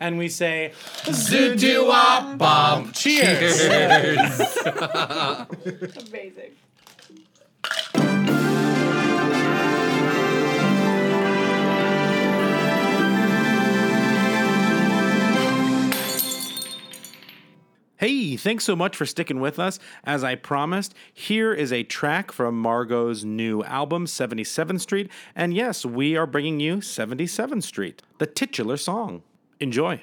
S9: and we say,
S8: Zoo-doo-wop bomb.
S9: Cheers.
S8: Cheers.
S15: Amazing.
S9: Hey, thanks so much for sticking with us. As I promised, here is a track from Margot's new album, 77th Street. And yes, we are bringing you 77th Street, the titular song. Enjoy.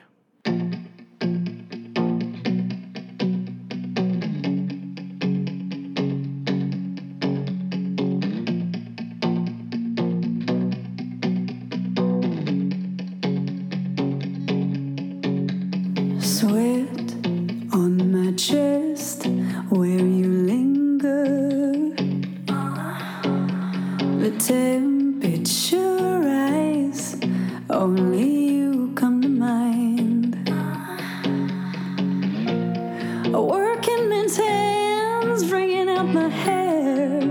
S10: Sweat on my chest where you linger. The temperature rise, only you come to mind. A working man's hands wringing out my hair.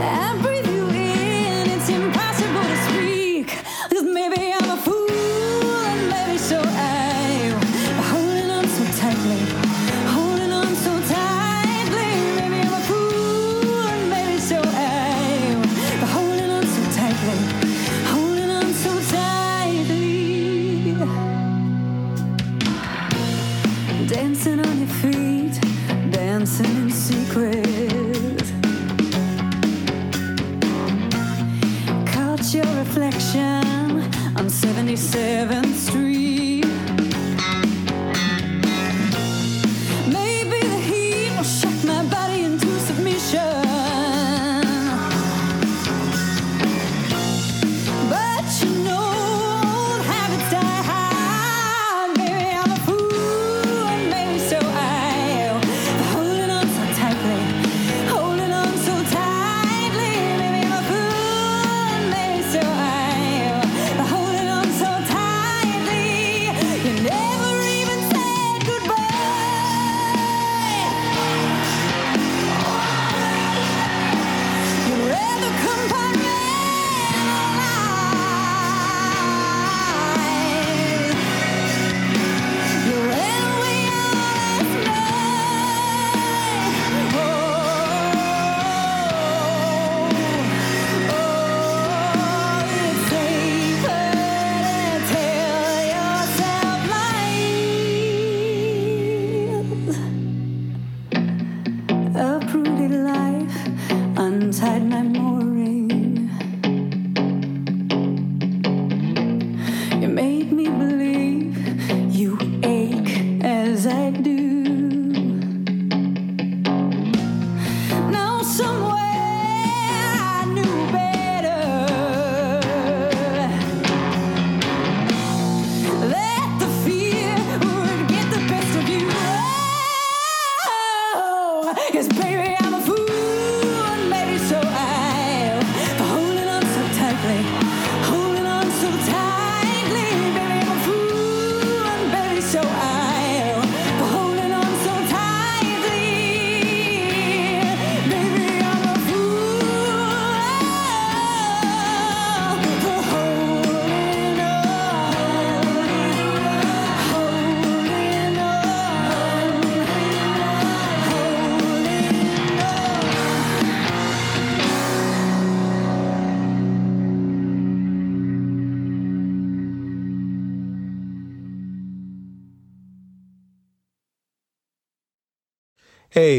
S10: I breathe you in, it's impossible to speak. 'Cause maybe I'm a fool, and maybe so am. Holding on so tightly, holding on so tightly. Maybe I'm a fool, and maybe so am. Holding on so tightly, holding on so tightly. Dancing on your feet, dancing in secret. Caught your reflection on 77th Street. Maybe the heat will shock my body into submission. But you know, old habits die hard. Maybe I'm a fool, and maybe so I am. Holding on so tightly, holding on so tightly. Maybe I'm a fool, and maybe so I am. Holding on so tightly. You never even said goodbye. You rather come by Oh. Uprooted life, untied my mooring. You made me believe you ache as I do. Now somewhere I knew better. Let the fear would get the best of you. Oh, 'cause baby I'm a fool, and maybe so I am. For holding on so tightly, holding on so tightly. Baby I'm a fool, and baby so I am.
S12: Hey,